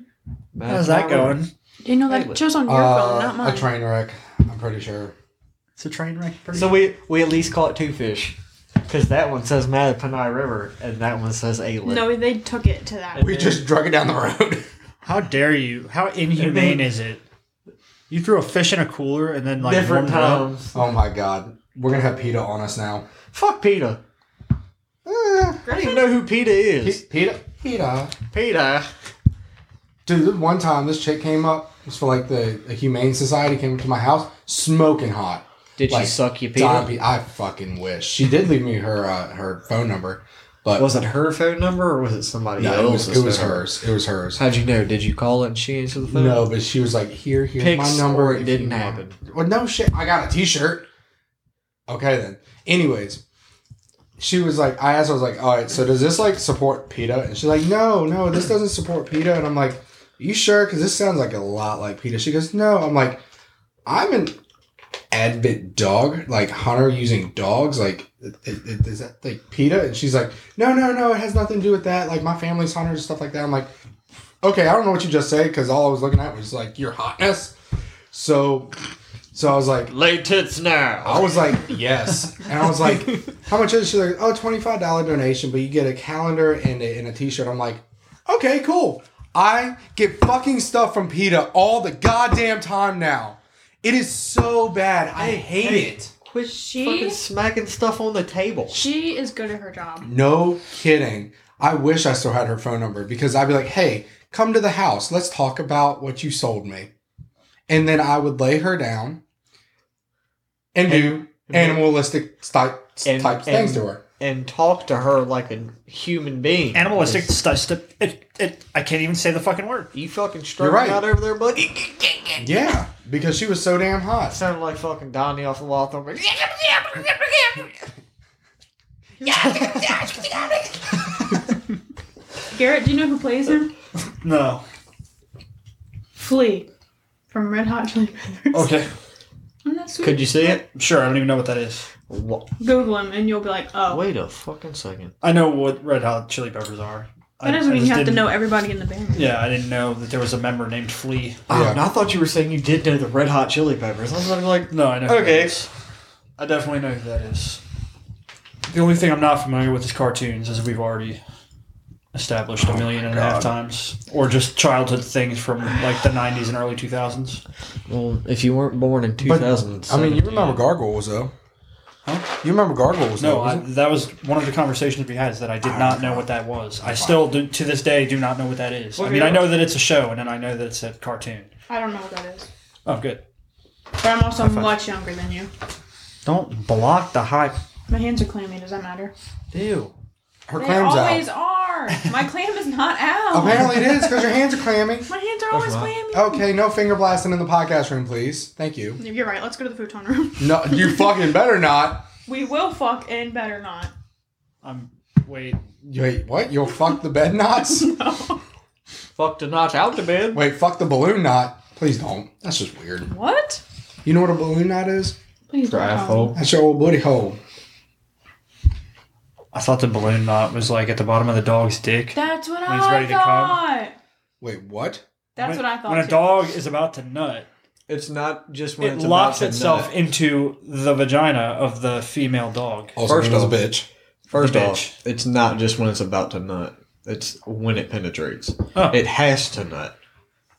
S2: How's that going?
S3: You know that
S4: Labeled.
S3: it shows on your phone,
S1: Uh,
S3: not
S1: a
S3: mine.
S1: train wreck. I'm pretty sure.
S2: It's a train wreck. Pretty
S4: So we we at least caught two fish, because that one says Mattapani River and that one says Alien.
S3: No, they took it to that.
S1: We just drug it down the road.
S2: How dare you? How inhumane is it? You threw a fish in a cooler and then like warmed
S4: different
S2: it up?
S4: times.
S1: oh my god, we're gonna have PETA on us now.
S4: Fuck Peter.
S1: Eh,
S4: I don't even know who Peter is.
S1: P- PETA, PETA.
S4: Peter.
S1: Dude, this one time this chick came up. It was for like the, the Humane Society. Came up to my house, smoking hot.
S4: Did
S1: Like,
S4: she suck you,
S1: Dime
S4: Peter?
S1: pe- I fucking wish she did leave me her uh, her phone number, but
S4: Was it her phone number or was it somebody
S1: no, it was,
S4: else's?
S1: it was
S4: phone number?
S1: hers. It was hers.
S4: How'd you know? Did you call it and she answered the phone?
S1: No, but she was like, "Here, here's my
S4: Pics
S1: number."
S4: or it
S1: if
S4: didn't
S1: you want."
S4: happen.
S1: Well, no shit. I got a T-shirt. Okay then. Anyways, she was like, I asked, I was like, "All right, so does this like support PETA?" And she's like, "No, no, this doesn't support PETA." And I'm like, "You sure? Because this sounds like a lot like PETA." She goes, "No." I'm like, "I'm an advent dog, like hunter using dogs, like." It, it, is that like PETA? And she's like, no, no, no, it has nothing to do with that. Like, my family's hunters and stuff like that. I'm like, okay, I don't know what you just said because all I was looking at was like your hotness. So, so I was like,
S4: Lay tits now.
S1: I was like, yes. And I was like, how much is it? She's like, oh, $25 donation, but you get a calendar and a, and a t shirt. I'm like, okay, cool. I get fucking stuff from PETA all the goddamn time now. It is so bad. I hate it.
S4: Quit
S3: She-
S4: fucking smacking stuff on the table.
S3: She is good at her job.
S1: No kidding. I wish I still had her phone number because I'd be like, hey, come to the house. Let's talk about what you sold me. And then I would lay her down and do
S4: And-
S1: animalistic type,
S4: And-
S1: type things
S4: and-
S1: to her.
S4: And talk to her like a human being.
S2: Animalistic stuff. St- it, it, I can't even say the fucking word.
S4: You fucking struggling
S1: right.
S4: out over there, buddy.
S1: Yeah, because she was so damn hot.
S4: Sounded like fucking Donnie off the Wild Thornberry.
S3: Garrett, do you know who plays him?
S2: No.
S3: Flea from Red Hot Chili Peppers.
S2: Okay.
S3: Isn't that sweet?
S4: Could you see it?
S2: Sure. I don't even know what that is.
S4: Wha-
S3: Google him and you'll be like, oh.
S4: Wait a fucking second.
S2: I know what Red Hot Chili Peppers are. I-
S3: that doesn't
S2: I
S3: mean you
S2: just
S3: have to
S2: didn't-
S3: know everybody in the band.
S2: Yeah, I didn't know that there was a member named Flea.
S4: Oh,
S1: Yeah.
S4: and I thought you were saying you did know the Red Hot Chili Peppers. I was like,
S2: No, I know. who
S4: Okay.
S2: that is. I definitely know who that is. The only thing I'm not familiar with is cartoons, as we've already established a million and a half
S4: God.
S2: times, or just childhood things from like the 90s and early 2000s.
S4: Well, if you weren't born in 2000,
S1: I mean, you remember Gargoyles though?
S2: Huh?
S1: You remember Gargoyles?
S2: No,
S1: though,
S2: I,
S1: wasn't
S2: that was one of the conversations we had. Is that I did not know what that was. I still do, to this day do not know what that is. I mean, I know that it's a show, and then I know that it's a cartoon.
S3: I don't know what that is.
S2: Oh, good.
S3: But I'm also much younger than you.
S2: Don't block the hype.
S3: My hands are clammy. Does that matter?
S2: Ew.
S1: it? her
S3: They
S1: clams
S3: always
S1: out.
S3: are. My clam is not out.
S1: Apparently, it is because your hands are clammy.
S3: My hands are always
S4: mine.
S3: clammy.
S1: Okay, no finger blasting in the podcast room, please. Thank you.
S3: You're right. Let's go to the futon room.
S1: No, you fucking better not.
S3: We will fuck and better not.
S2: I'm. Wait.
S1: Wait, what? You'll fuck the bed knots?
S4: fuck to notch out the bed.
S1: Wait, fuck the balloon knot. Please don't. That's just weird.
S3: What?
S1: You know what a balloon knot is?
S3: Please don't.
S4: Asshole.
S1: That's your old booty hole.
S2: I thought the balloon knot was like at the bottom of the dog's dick.
S3: That's what
S2: When he's
S3: I
S2: ready to come.
S3: thought.
S1: Wait, what?
S3: That's
S2: When-
S3: what I thought.
S2: When a
S3: too.
S2: dog is about to nut,
S4: It's not just when
S2: it
S4: it's
S2: locks
S4: about to
S2: itself
S4: nut.
S2: into the vagina of the female dog.
S1: Also,
S4: First
S1: First was a
S4: off-
S1: bitch.
S4: First
S2: the bitch.
S4: off, it's not just when it's about to nut. It's when it penetrates.
S2: Oh.
S4: It has to nut.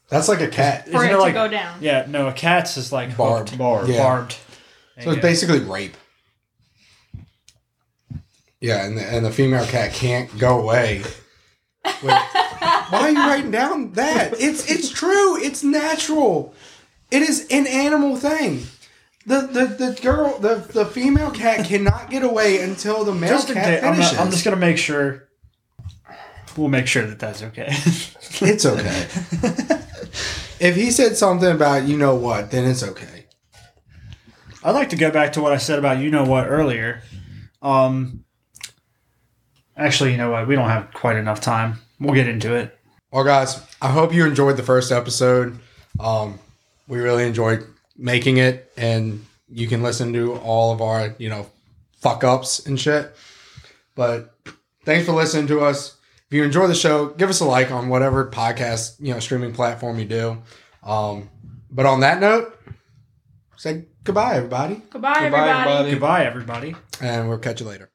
S1: That's like a cat.
S3: for
S2: Isn't
S3: it
S2: it
S3: to
S2: like-
S3: go down.
S2: Yeah, no, a cat's is like
S1: Barbed.
S2: hooked,
S4: Barbed.
S1: Yeah.
S2: barbed.
S1: So it's basically rape. Yeah, and the, and the female cat can't go away. Wait, why are you writing down that? It's it's true. It's natural. It is an animal thing. The the, the girl the, the female cat cannot get away until the male
S2: just a
S1: cat
S2: da- I'm,
S1: finishes.
S2: not- I'm just gonna make sure. We'll make sure that that's okay.
S1: It's okay. if he said something about you know what, then it's okay.
S2: I'd like to go back to what I said about you know what earlier. Um, actually, you know what? We don't have quite enough time. We'll get into it.
S1: Well, guys, I hope you enjoyed the first episode. Um, we really enjoyed making it, and you can listen to all of our, you know, fuck ups and shit. But thanks for listening to us. If you enjoy the show, give us a like on whatever podcast, you know, streaming platform you do. Um, but on that note, say goodbye, everybody,
S3: Goodbye,
S4: Goodbye,
S3: everybody.
S4: everybody.
S2: Goodbye, everybody.
S1: and we'll catch you later.